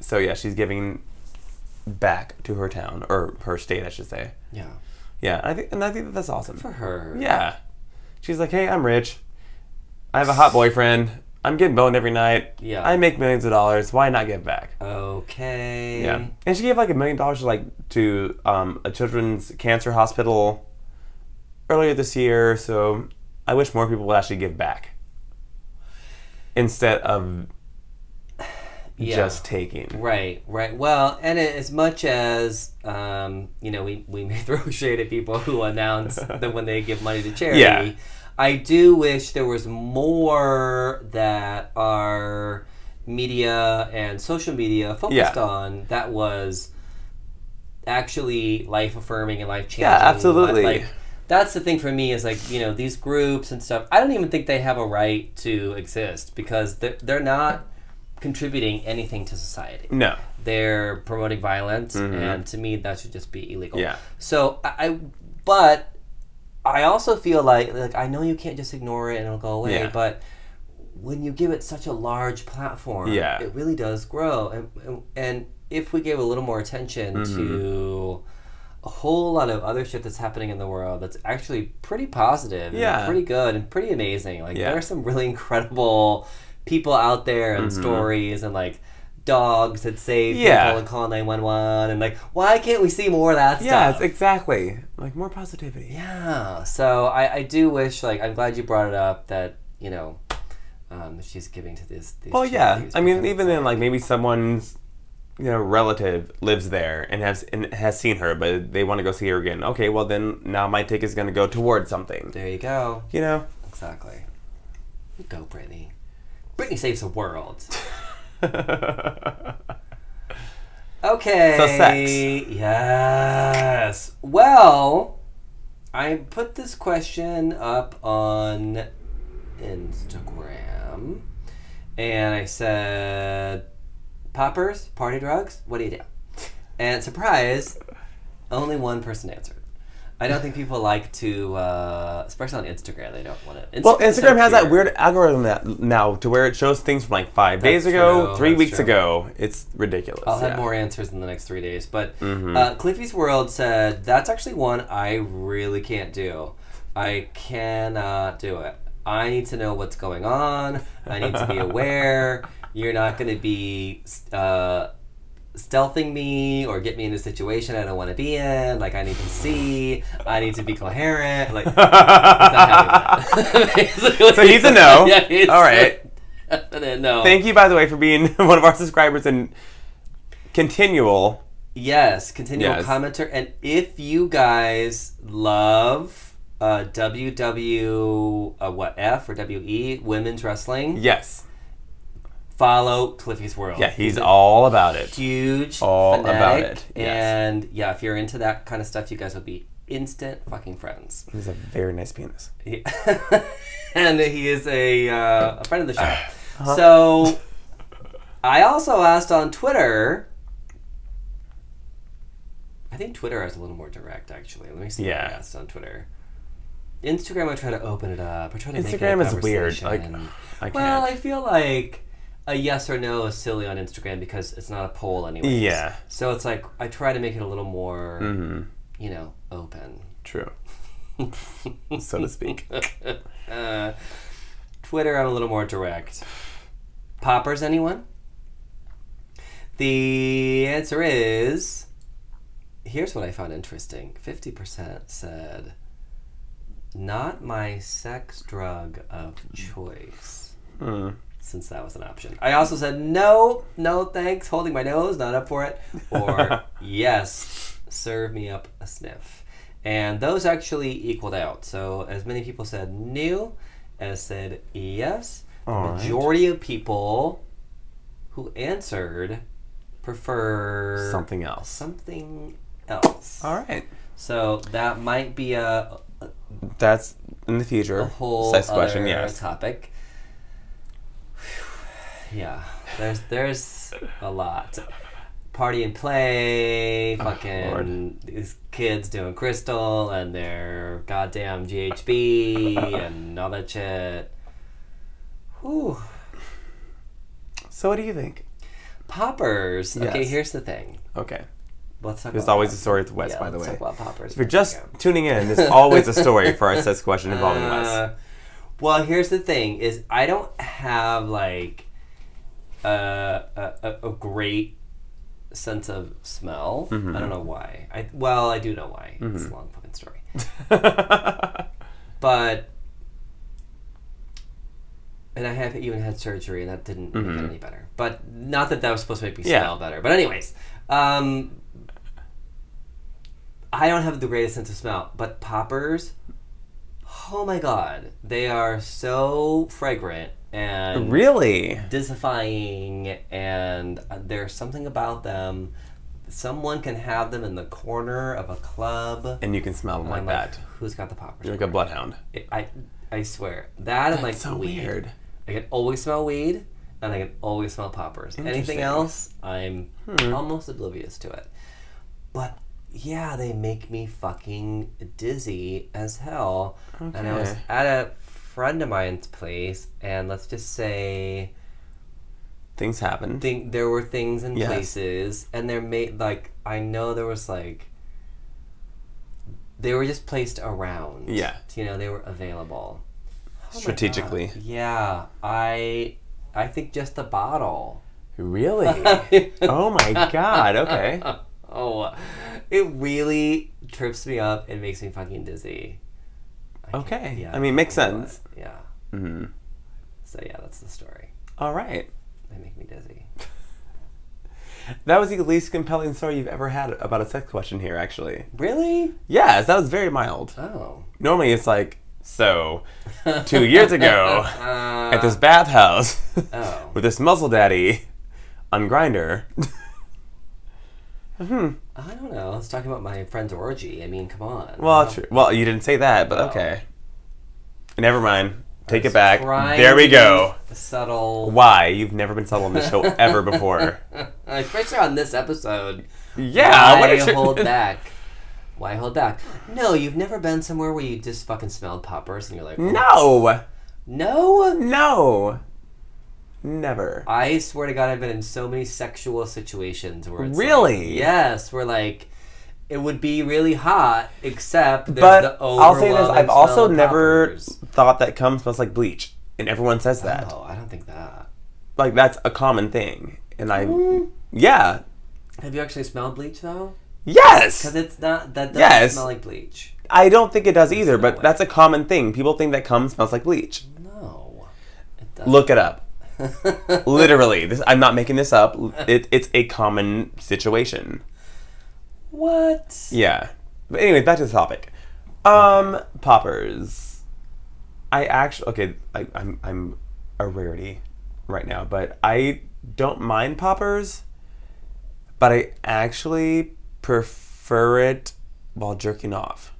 B: so yeah, she's giving back to her town or her state, I should say.
A: Yeah.
B: Yeah, I think and I think that that's awesome.
A: For her.
B: Yeah. She's like, hey, I'm rich. I have a hot boyfriend. I'm getting boned every night.
A: Yeah.
B: I make millions of dollars. Why not give back?
A: Okay.
B: Yeah. And she gave like a million dollars to like to um, a children's cancer hospital earlier this year. So I wish more people would actually give back instead of
A: Yeah.
B: just taking.
A: Right, right. Well, and it, as much as um, you know, we, we may throw shade at people who announce that when they give money to charity,
B: Yeah.
A: I do wish there was more that our media and social media focused
B: Yeah.
A: on that was actually life affirming and life changing.
B: absolutely.
A: Like, that's the thing for me is like you know these groups and stuff. I don't even think they have a right to exist because they're, they're not contributing anything to society
B: No.
A: they're promoting violence, and to me, that should just be illegal.
B: Mm-hmm. Yeah.
A: So I, I but I also feel like like I know you can't just ignore it and it'll go away,
B: Yeah.
A: but when you give it such a large platform,
B: Yeah.
A: it really does grow. And- And and if we gave a little more attention
B: Mm-hmm.
A: to a whole lot of other shit that's happening in the world that's actually pretty positive and
B: Yeah.
A: pretty good and pretty amazing. Like
B: Yeah.
A: there are some really incredible people out there and stories and like dogs that save
B: Mm-hmm. Yeah.
A: people and call 911 and like why can't we see more of that
B: Yes,
A: stuff?
B: exactly. Like more positivity. Yeah.
A: Yeah. So I, I do wish like I'm glad you brought it up that, you know, um, she's giving to this these
B: Well, yeah.
A: charities
B: I mean,
A: because-
B: even in like maybe someone's you know relative lives there and has and has seen her, but they want to go see her again. Okay, well then now my ticket's going to go towards something.
A: There you go.
B: You know,
A: Exactly. You go, Brittany. Brittany saves the world. Okay.
B: So sex.
A: Yes. Well, I put this question up on Instagram, and I said, "Poppers, party drugs. What do you do?" And surprise, only one person answered. I don't think people like to, uh, especially on Instagram, they don't want to.
B: Well, Instagram has that weird algorithm that now to where it shows things from like five days
A: That's
B: ago,
A: true,
B: three
A: that's
B: weeks
A: true.
B: ago. It's ridiculous.
A: I'll
B: yeah.
A: have more answers in the next three days. But
B: Mm-hmm.
A: uh, Cliffy's World said that's actually one I really can't do. I cannot do it. I need to know what's going on. I need to be aware. You're not going to be uh, stealthing me or get me in a situation I don't want to be in. Like I need to see. I need to be coherent. Like he's not having that.
B: So he's a no.
A: Yeah, he's
B: All right.
A: a definite no.
B: Thank you, by the way, for being one of our subscribers and continual.
A: Yes, continual
B: Yes.
A: commenter. And if you guys love uh, WW, uh, what, F or WE, women's wrestling,
B: Yes.
A: follow Cliffy's World.
B: Yeah, he's all about it.
A: huge.
B: all about
A: fanatic,
B: it, yes.
A: And yeah, if you're into that kind of stuff, you guys will be instant fucking friends.
B: He's a very nice penis.
A: He- and he is a, uh, a friend of the show.
B: Uh-huh.
A: So I also asked on Twitter. I think Twitter is a little more direct, actually. Let me see what I
B: Yeah.
A: asked on Twitter. Instagram, I try to open it up. I try to make it a
B: Instagram is weird. Like,
A: conversation.
B: I can't.
A: well, I feel like a yes or no is silly on Instagram because it's not a poll anyway.
B: Yeah. Mm. mm-hmm,
A: So it's like I try to make it a little more, you know, open.
B: True. so to speak.
A: Uh, Twitter, I'm a little more direct. Poppers, anyone? The answer is here's what I found interesting 50% said, not my sex drug of choice.
B: Hmm,
A: Since that was an option, I also said no, no thanks, holding my nose, not up for it, or yes, serve me up a sniff. And those actually equaled out. So, as many people said no as said yes, the
B: Alright.
A: majority of people who answered prefer
B: Something else.
A: something else.
B: All right.
A: So that might be a, a
B: That's in the future.
A: whole
B: Sex
A: other
B: question, yes.
A: topic. Yeah, there's there's a lot. Party and play, fucking these kids doing crystal and their goddamn GHB and all that shit. Whew.
B: So what do you think?
A: Poppers. Okay,
B: Yes.
A: here's the thing.
B: Okay.
A: Let's talk.
B: There's
A: about
B: always a
A: poppers.
B: story with Wes,
A: Yeah,
B: by the
A: let's
B: way.
A: talk about poppers.
B: If you're just
A: Yeah.
B: tuning in, there's always a story for our sex question involving Wes.
A: Uh, well, here's the thing: is I don't have like a a, a- a great sense of smell. I don't know why. I well, I do know why. It's a long fucking story,
B: Uh.
A: but. And I have even had surgery, and that didn't make it any better. But not that that was supposed to make me
B: Mm-hmm. Yeah.
A: smell better. But anyways, um, I don't have the greatest sense of smell, but poppers, oh my god, they are so fragrant and
B: really?
A: disifying, and uh, there's something about them. Someone can have them in the corner of a club.
B: And you can smell them like
A: I'm like,
B: that.
A: who's got the poppers?
B: You're like a bloodhound.
A: I, I swear that and like
B: so
A: weed.
B: weird.
A: I can always smell weed, and I can always smell poppers. Anything
B: Interesting. Hmm.
A: else, I'm almost oblivious to it. But yeah, they make me fucking dizzy as hell. And I was
B: Okay.
A: at a friend of mine's place, and let's just say
B: Things happen.
A: think there were things in
B: Yes.
A: places, and they're made like I know there was like they were just placed around.
B: Yeah.
A: you know they were available. Oh my
B: Strategically.
A: God. Yeah, I I think just the bottle.
B: Really? oh my god, okay.
A: oh, it really trips me up and makes me fucking dizzy.
B: Okay.
A: Yeah,
B: I mean, makes
A: can't do
B: sense.
A: it. Yeah.
B: Mhm.
A: So yeah, that's the story.
B: All right.
A: They make me dizzy.
B: That was the least compelling story you've ever had about a sex question here, actually.
A: Really?
B: Yes, that was very mild.
A: Oh.
B: Normally it's like, so, two years
A: Uh,
B: ago, at this bathhouse,
A: Oh.
B: with this muzzle daddy on Grinder.
A: I don't know. Let's talk about my friend's orgy. I mean, come on.
B: Well, tr- well, you didn't say that, but okay. Never mind. Take it back.
A: Trying
B: There we
A: to
B: go.
A: be Subtle.
B: Why? You've never been subtle on this show ever before.
A: Especially on this episode. Why
B: Yeah, what a tr-
A: hold back? Why hold back? No, you've never been somewhere where you just fucking smelled poppers and you're like,
B: No,
A: no.
B: no, never.
A: I swear to God, I've been in so many sexual situations where it's like-
B: Really?
A: yes, where like it would be really hot, except there's
B: But
A: the
B: I'll say this:
A: overwhelming
B: I've also
A: smell of
B: never Uh,
A: poppers.
B: thought that cum smells like bleach, and everyone says that.
A: Oh, I don't think that.
B: Like that's a common thing, and I,
A: Mm.
B: yeah,
A: Have you actually smelled bleach though?
B: yes,
A: Because it's not that doesn't
B: Yes.
A: smell like bleach.
B: I don't think it does either,
A: way.
B: but that's a common thing. People think that cum smells like bleach.
A: No, it doesn't.
B: Look it up. Literally, this, I'm not making this up. It, it's a common situation.
A: what?
B: Yeah. But anyway, back to the topic. Um, poppers. I actually okay. I, I'm I'm a rarity right now, but I don't mind poppers. But I actually prefer it while jerking off.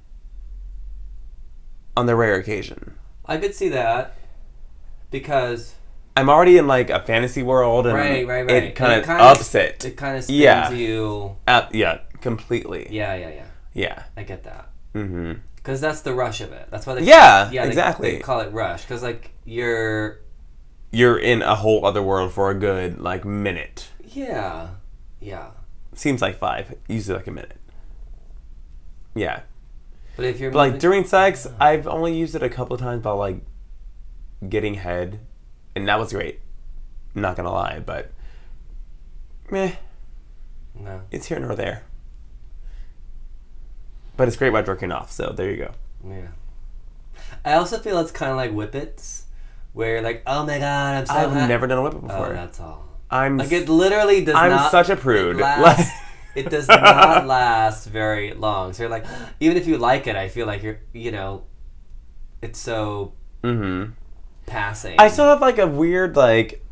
B: On the rare occasion,
A: I could see that because
B: I'm already in like a fantasy world, and
A: right, right, right.
B: Um, it kind of
A: kinda-
B: ups it.
A: It kind of spins
B: Yeah.
A: you.
B: Uh, yeah, completely.
A: Yeah, yeah, yeah.
B: Yeah.
A: I get that.
B: Mm-hmm.
A: Because that's the rush of it. That's why they
B: Yeah,
A: they-
B: exactly.
A: They, call it rush because like you're
B: You're in a whole other world for a good like minute.
A: yeah yeah.
B: seems like five, usually like a minute. Yeah,
A: But if you're
B: but like
A: moving-
B: during sex,
A: Uh-huh.
B: I've only used it a couple of times about like getting head, and that was great. Not gonna lie, but meh,
A: no
B: it's here nor there. But it's great while jerking off, so there you go.
A: yeah. I also feel it's kind of like whippets, where you're like, oh my god, I'm so
B: I've
A: hot."
B: never done a whip it
A: Oh,
B: before.
A: that's all.
B: I'm
A: Like it literally does
B: I'm
A: not.
B: such a prude.
A: It, lasts, it does not last very long. So you're like, even if you like it, I feel like you're, you know, it's so
B: mm-hmm.
A: passing.
B: I still have like a weird like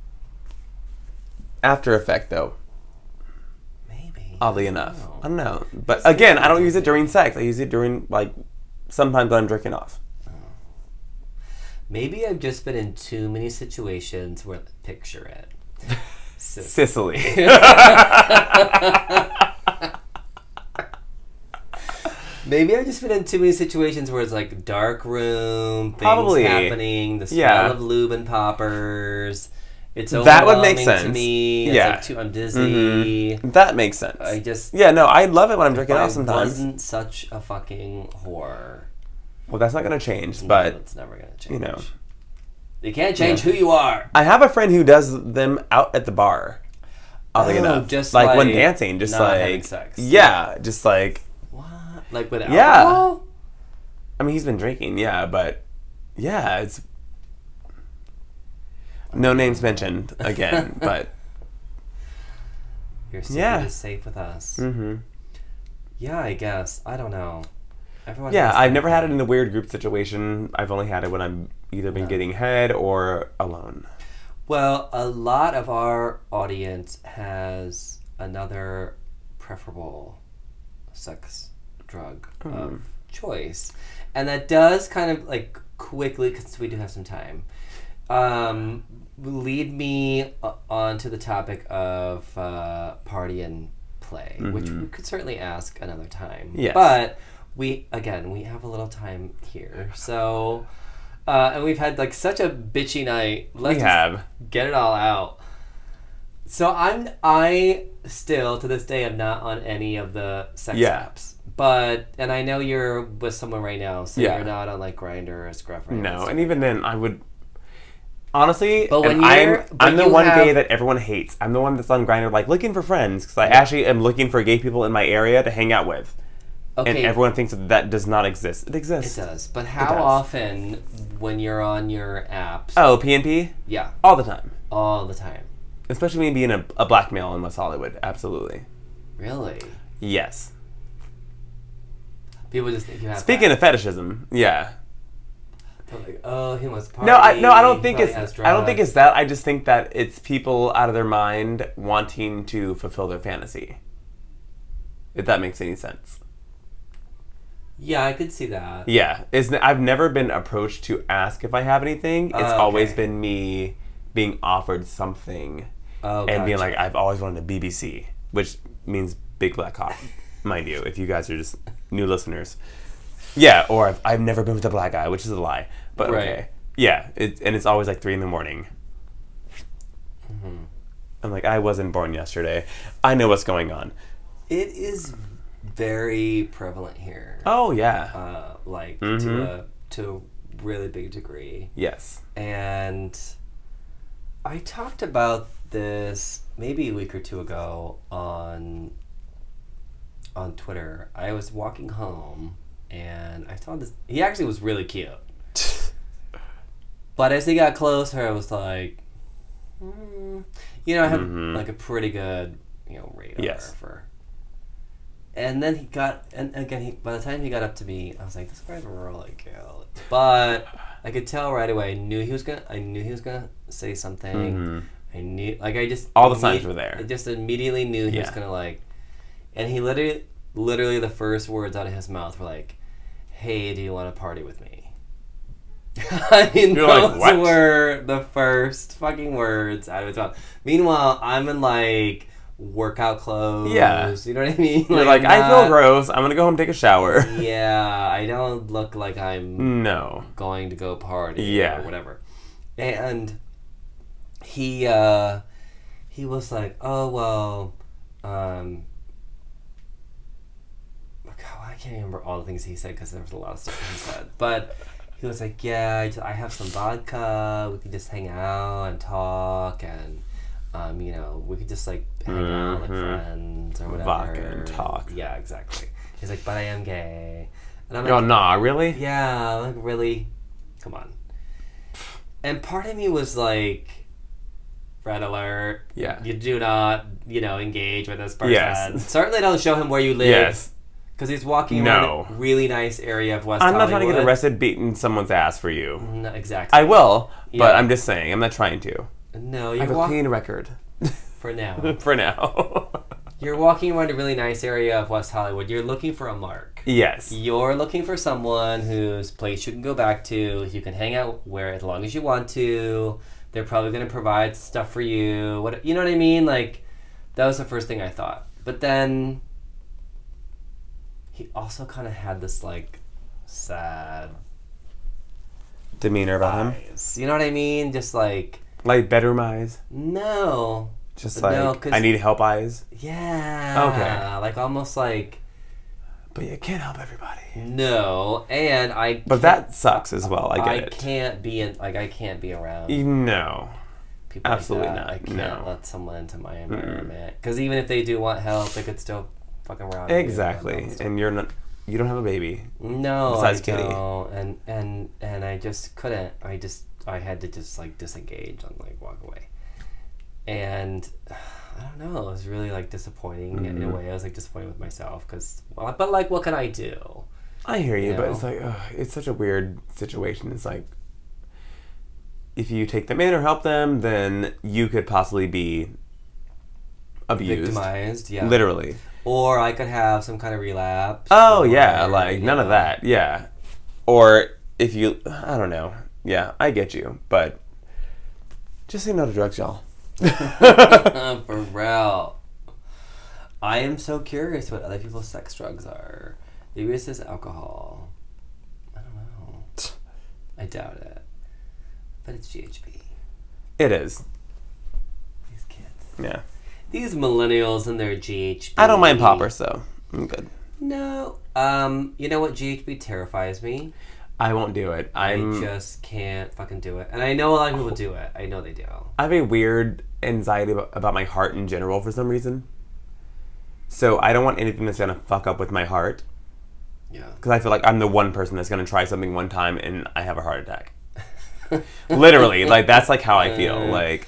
B: after effect though.
A: maybe
B: oddly enough.
A: Oh.
B: I don't know. But again, I don't use it during sex. I use it during like sometimes when I'm drinking off.
A: Maybe I've just been in too many situations where picture it. Sis-
B: Sicily.
A: Maybe I've just been in too many situations where it's like dark room, things
B: Probably.
A: happening, the smell
B: Yeah.
A: of lube and poppers. It's
B: That would
A: overwhelming
B: make
A: to
B: sense.
A: me. It's
B: Yeah. Mm-hmm.
A: like too, I'm dizzy.
B: that makes sense.
A: I just
B: yeah, no, I love it when I'm drinking
A: I
B: off sometimes.
A: wasn't such a fucking whore.
B: Well, that's not going to change,
A: No,
B: but
A: it's never gonna change.
B: you know.
A: you can't change who you are.
B: I have a friend who does them out at the bar. Oddly
A: Oh,
B: enough.
A: just
B: like, when
A: like
B: dancing, just
A: not
B: like
A: having sex.
B: Yeah, just like
A: What? Like with
B: Yeah.
A: alcohol?
B: I mean, he's been drinking, yeah, but yeah, it's no names mentioned again, but
A: Your secret
B: Yeah.
A: is safe with us.
B: mhm.
A: Yeah, I guess. I don't know. Everyone.
B: Yeah,
A: has
B: I've
A: that.
B: never had it in a weird group situation. I've only had it when I'm either been getting head or alone.
A: Well, a lot of our audience has another preferable sex drug
B: Mm-hmm.
A: of choice, and that does kind of like quickly because we do have some time. Um, lead me uh, on to the topic of uh, party and play, which we could certainly ask another time.
B: Mm-hmm. Yes.
A: But we again we have a little time here, so uh, and we've had like such a bitchy night. Let's
B: We have.
A: get it all out. So I'm I still to this day am not on any of the sex
B: Yeah.
A: apps. But and I know you're with someone right now, so
B: Yeah.
A: you're not on like Grinder or Scruff right
B: No,
A: now.
B: and even then, I would honestly.
A: But when
B: and I'm
A: you're-
B: I'm
A: but
B: the
A: you
B: one
A: have-
B: gay that everyone hates. I'm the one that's on Grinder like looking for friends because I actually am looking for gay people in my area to hang out with, and
A: Okay,
B: everyone thinks that that does not exist. It
A: it
B: exists.
A: does. But how
B: does.
A: often when you're on your apps?
B: Oh, PNP
A: Yeah,
B: all the time,
A: all the time.
B: especially me being a, a black male in West Hollywood. Absolutely,
A: Really?
B: yes.
A: People just think you have
B: Speaking of fetishism, yeah.
A: that. They're like, oh, he wants party.
B: No, I no, I don't
A: he
B: think
A: probably
B: it's
A: has
B: I don't think
A: drugs."
B: it's that. I just think that it's people out of their mind wanting to fulfill their fantasy. If that makes any sense.
A: Yeah, I could see that.
B: Yeah, it's, n- I've never been approached to ask if I have anything. It's
A: okay.
B: always been me being offered something
A: Oh,
B: and being
A: gotcha.
B: like, I've always wanted a BBC, which means big black cock, mind you. If you guys are just new listeners. Yeah, or I've, I've never been with a black guy, which is a lie. But
A: Right.
B: okay. Yeah, it, and it's always like three in the morning. Mm-hmm. I'm like, I wasn't born yesterday. I know what's going on.
A: It is very prevalent here.
B: Oh, yeah.
A: Uh, like
B: Mhm.
A: to a to a really big degree.
B: yes.
A: and I talked about this maybe a week or two ago on on Twitter. I was walking home and I saw this. He actually was really cute, but as he got closer, I was like, hmm. you know, I have
B: Mhm.
A: like a pretty good you know radar
B: Yes.
A: for. And then he got, and again, he, by the time he got up to me, I was like, "This guy's really cute," but I could tell right away. I knew he was gonna. I knew he was gonna say something.
B: Mhm.
A: I knew, like, I just
B: All the signs were there.
A: I just immediately knew he was
B: Yeah.
A: gonna like, and he literally, literally, the first words out of his mouth were like, "Hey, do you want to party with me?" I mean,
B: You're like,
A: those
B: "What?"
A: were the first fucking words out of his mouth. Meanwhile, I'm in like workout clothes.
B: Yeah.
A: you know what I mean.
B: You're like, I
A: not-
B: feel gross. I'm going to go home and take a shower.
A: Yeah, I don't look like I'm
B: no.
A: going to go party
B: Yeah.
A: or whatever. And he uh he was like, "Oh well, um God, I can't remember all the things he said because there was a lot of stuff he said. But he was like, "Yeah, I, ju- I have some vodka. We could just hang out and talk, and um, you know, we could just like hang out like
B: Mhm.
A: friends or whatever."
B: Vodka and talk.
A: Yeah, exactly. He's like, "But I am gay," and I'm
B: You're all,
A: like,
B: nah, really?
A: yeah, like really, come on. And part of me was like, red alert.
B: Yeah.
A: You do not, you know, engage with this person.
B: Yes.
A: Certainly don't show him where you live.
B: Yes.
A: Because he's walking
B: No.
A: around a really nice area of West
B: I'm not trying to get
A: Hollywood.
B: arrested beating someone's ass for you.
A: No, exactly.
B: I will, but
A: Yeah.
B: I'm just saying, I'm not trying to.
A: no,
B: I
A: you're
B: have a
A: walking
B: clean record.
A: for now.
B: for now.
A: You're walking around a really nice area of West Hollywood. You're looking for a mark.
B: yes.
A: You're looking for someone whose place you can go back to, you can hang out where as long as you want to. They're probably going to provide stuff for you. What you know what I mean? Like that was the first thing I thought. But then he also kind of had this like sad
B: Demeanor about him.
A: eyes. You know what I mean? Just like
B: Like bedroom eyes.
A: no.
B: Just
A: But
B: like,
A: no, 'cause-
B: I need help eyes.
A: Yeah. Okay. Like almost like
B: But you can't help everybody.
A: no. And I
B: But that sucks as well. I get
A: I
B: it.
A: can't be in like I can't be around
B: No.
A: people
B: Absolutely
A: like that.
B: not,
A: I can't
B: no. Mm.
A: let someone into my environment because even if they do want help, they could still fucking rob you and all
B: Exactly.
A: that stuff.
B: And you're not. You don't have a baby.
A: No,
B: Besides
A: I
B: Kitty.
A: don't. And and and I just couldn't. I just I had to just like disengage and like walk away. And I don't know. It was really like disappointing in
B: Mm.
A: a way. I was like disappointed with myself because well, but like what can I do?
B: I hear you, but
A: No.
B: it's like ugh, it's such a weird situation. It's like if you take them in or help them, then you could possibly be abused,
A: Victimized, yeah.
B: literally.
A: Or I could have some kind of relapse.
B: Oh
A: or,
B: yeah, like
A: you
B: none of
A: know.
B: that. Yeah, or if you, I don't know. Yeah, I get you, but just say no to drugs, y'all.
A: Um, For real. I am so curious what other people's sex drugs are. Maybe it's just alcohol. I don't know. I doubt it. But it's GHB.
B: It is.
A: These kids.
B: Yeah,
A: These millennials and their GHB.
B: I don't mind poppers though. I'm good.
A: No. Um, you know what? GHB terrifies me.
B: I won't do it.
A: I
B: I'm.
A: just can't fucking do it. And I know a lot of people do it. I know they do.
B: I have a weird anxiety about, about my heart in general for some reason. So I don't want anything that's gonna fuck up with my heart
A: Yeah.
B: because I feel like I'm the one person that's gonna try something one time and I have a heart attack. Literally, like that's like how I feel. Like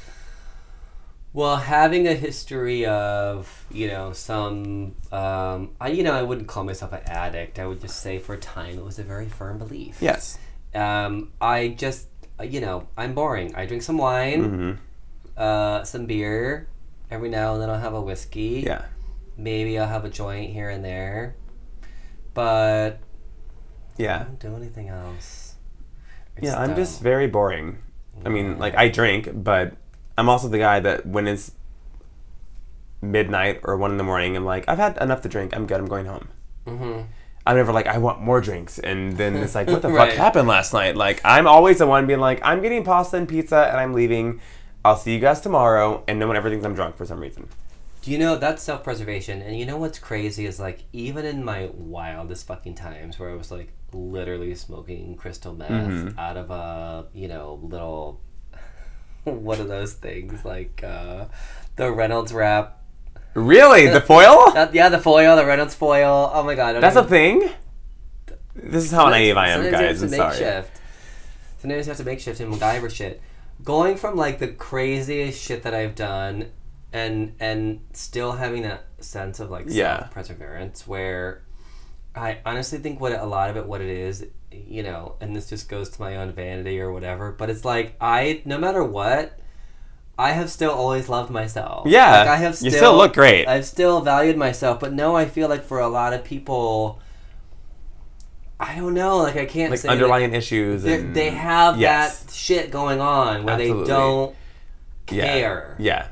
A: Well, having a history of you know some, um, I you know I wouldn't call myself an addict. I would just say for a time it was a very firm belief.
B: yes,
A: Um, I just uh, you know I'm boring. I drink some wine,
B: Mm-hmm.
A: uh, some beer, every now and then I'll have a whiskey.
B: yeah.
A: Maybe I'll have a joint here and there, but I
B: Yeah.
A: don't do anything else. I
B: Yeah, I'm just
A: don't.
B: very boring. I mean, like I drink, but I'm also the guy that when it's
A: Mm-hmm.
B: midnight or one in the morning, I'm like, I've had enough to drink. I'm good. I'm going home. I'm never like, I want more drinks. And then it's like, what the
A: Right.
B: fuck happened last night? Like, I'm always the one being like, I'm getting pasta and pizza and I'm leaving. I'll see you guys tomorrow. And no one ever thinks I'm drunk for some reason.
A: Do you know that's self preservation? And you know what's crazy is like even in my wildest fucking times where I was like literally smoking crystal meth
B: Mm-hmm.
A: out of a you know little one of those things like uh, the Reynolds wrap.
B: Really? The foil?
A: That, yeah, the foil, the Reynolds foil. Oh my god, I don't
B: That's a
A: even-
B: thing? This is how naive I am,
A: Sometimes you
B: guys. I'm
A: have to
B: sorry.
A: makeshift. Sometimes you have to makeshift and MacGyver shit. Going from like the craziest shit that I've done, and and still having that sense of like
B: Yeah.
A: self perseverance, where I honestly think what it- a lot of it, what it is, you know, and this just goes to my own vanity or whatever. But it's like I, no matter what. I have still always loved myself.
B: Yeah.
A: like I have still,
B: You still look great.
A: I've still valued myself, but no, I feel like for a lot of people, I don't know. Like I can't
B: Like
A: say
B: underlying issues.
A: they,
B: and-
A: they have
B: Yes.
A: that shit going on where
B: Absolutely.
A: they don't
B: yeah.
A: care.
B: Yeah.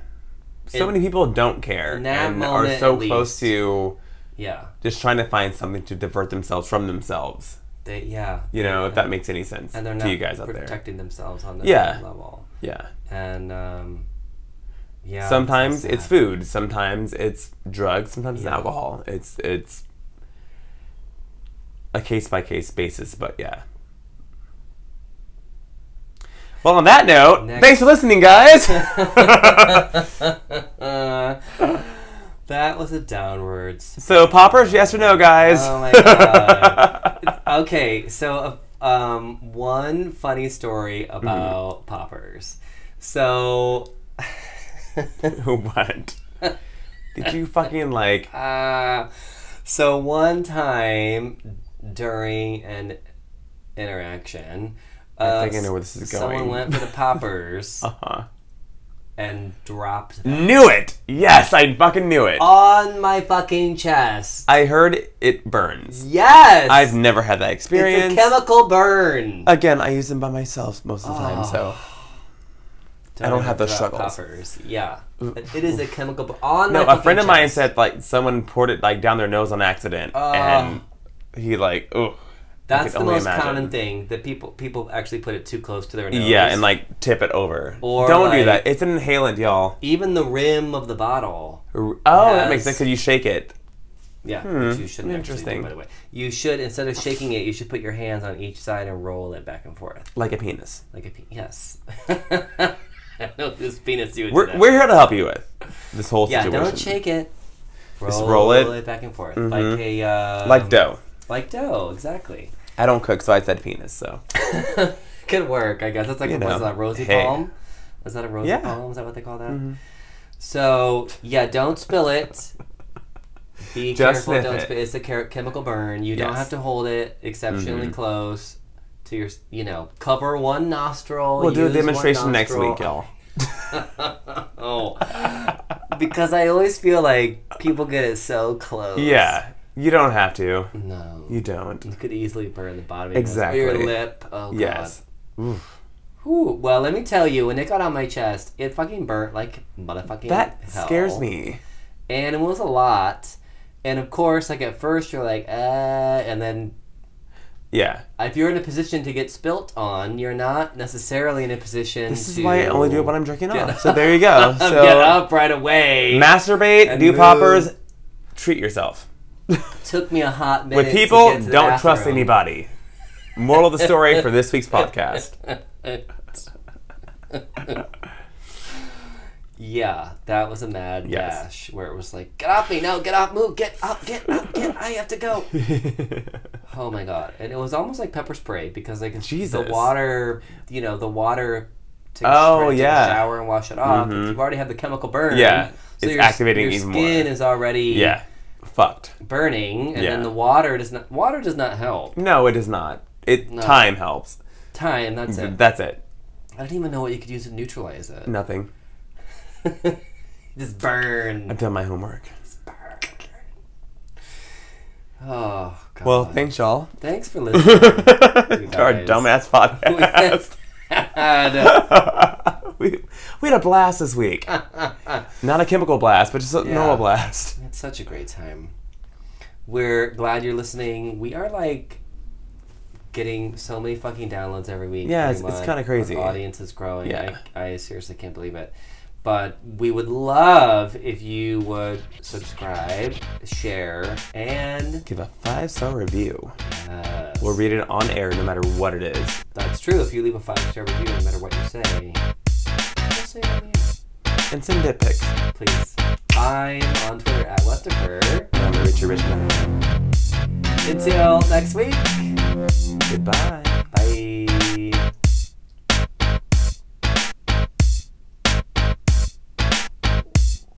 B: So
A: In-
B: many people don't care
A: in that
B: and are
A: moment,
B: so
A: at least.
B: close to
A: Yeah,
B: just trying to find something to divert themselves from themselves.
A: they yeah.
B: You know, if that makes any sense
A: and they're not
B: to you guys out there.
A: protecting themselves on the
B: Yeah.
A: level.
B: Yeah.
A: And um, yeah,
B: sometimes
A: so
B: it's
A: sad.
B: food, sometimes it's drugs, sometimes
A: Yeah.
B: it's alcohol. It's it's a case by case basis, but yeah. Well, on that note,
A: Next.
B: thanks for listening, guys.
A: that was a downwards.
B: so, poppers, yes or no, guys?
A: Oh my God. Okay, so uh, um, one funny story
B: Mm-hmm.
A: about poppers. So
B: what? Did you fucking like?
A: Uh, so one time during an interaction, uh,
B: think I know where this is
A: Someone
B: going.
A: went for the poppers
B: Uh-huh.
A: and dropped them
B: Knew it. Yes, I fucking knew it.
A: on my fucking chest.
B: I heard it burns.
A: Yes,
B: I've never had that
A: it's
B: experience.
A: a chemical burn.
B: Again, I use them by myself most of the time, so
A: Oh.
B: I don't
A: ever
B: have those
A: drop
B: struggles. Uh,
A: Poppers, yeah, But it is a chemical burn on
B: no,
A: my
B: a friend of
A: fucking
B: mine
A: chest.
B: said like someone poured it like down their nose on accident,
A: Oh.
B: and he like, oh,
A: That's the
B: only
A: most
B: imagine.
A: common thing that people people actually put it too close to their nose.
B: yeah, and like tip it over.
A: Or,
B: Don't do
A: like-
B: that. It's an inhalant, y'all.
A: even the rim of the bottle.
B: R- Oh, that makes
A: Yes.
B: sense because you shake it.
A: Yeah, which you shouldn't actually
B: Hmm, Interesting.
A: do, by the way. You should, instead of shaking it, you should put your hands on each side and roll it back and forth.
B: Like a penis.
A: Like a pe- Yes. I know this penis you would do
B: We're,
A: that.
B: we're here to help you with this whole
A: Yeah,
B: situation.
A: don't shake it. Roll,
B: roll it. Mm-hmm.
A: back and forth. Like a. Uh,
B: Like dough.
A: Like dough, exactly.
B: I don't cook, so I said penis. So
A: Good work, I guess. That's like,
B: You
A: what's
B: know,
A: that, rosy
B: hey.
A: palm? Is that a rosy
B: Yeah. Mm-hmm.
A: palm? Is that what they call that? So, yeah, don't spill it. Be
B: Just
A: careful.
B: sniff
A: Don't
B: it.
A: spill It's a char- chemical burn. You don't
B: Yes. Mm-hmm.
A: have to hold it exceptionally close to your, s- you know, cover one nostril.
B: we'll do a
A: use one
B: demonstration next
A: nostril.
B: week, y'all.
A: Oh. because I always feel like people get it so close.
B: Yeah, you don't have to.
A: No.
B: You
A: You
B: don't.
A: could easily burn the bottom of your nose or
B: Exactly.
A: your lip. Oh, God.
B: Yes.
A: Ooh, well, let me tell you, when it got on my chest, it fucking burnt like motherfucking
B: That
A: hell.
B: scares me.
A: And it was a lot. And of course, like at first, you're like, uh, and then
B: Yeah.
A: if you're in a position to get spilt on, you're not necessarily in a position
B: This is
A: to.
B: why I only do it when I'm drinking
A: Get
B: off.
A: up.
B: So there you go. So
A: get up right away.
B: masturbate,
A: And
B: do
A: move.
B: poppers, treat yourself.
A: Took me a hot minute.
B: With
A: to
B: people,
A: get to the
B: don't trust
A: bathroom.
B: anybody. Moral of the story for this week's podcast.
A: yeah, that was a mad
B: Yes.
A: dash where it was like, get off me, no, get off, move, get up, get up, get, I have to go. Oh my god! And it was almost like pepper spray because like
B: Jesus.
A: the water, you know, the water. To
B: Oh,
A: straight to the
B: yeah. Mm-hmm.
A: shower and wash it off. You've already had the chemical burn.
B: Yeah,
A: so
B: it's
A: your,
B: activating
A: your
B: even more.
A: skin is already
B: yeah. Fucked.
A: burning, and
B: Yeah.
A: then the water does not. Water does not help.
B: No, it is not. It time helps.
A: Time. That's it.
B: That's it.
A: I don't even know what you could use to neutralize it.
B: Nothing.
A: Just burn.
B: I've done my homework.
A: Oh god.
B: Well, thanks y'all.
A: thanks for listening.
B: to our
A: guys.
B: dumbass podcast.
A: And
B: we, we had a blast this week. Not a chemical blast, but just a normal blast.
A: it's such a great time. We're glad you're listening. We are like getting so many fucking downloads every week.
B: Yeah,
A: every
B: it's- it's
A: month.
B: kinda crazy.
A: Our audience is growing.
B: Yeah.
A: I, I seriously can't believe it. But we would love if you would subscribe, share, and
B: Give a five star review.
A: uh,
B: We'll read it on air no matter what it is.
A: that's true. If you leave a five star review, no matter what you say, we'll say it on the air.
B: And send dick pics.
A: please. I'm on Twitter at Westerfer.
B: And I'm Richard Richmond.
A: Until next week.
B: Goodbye.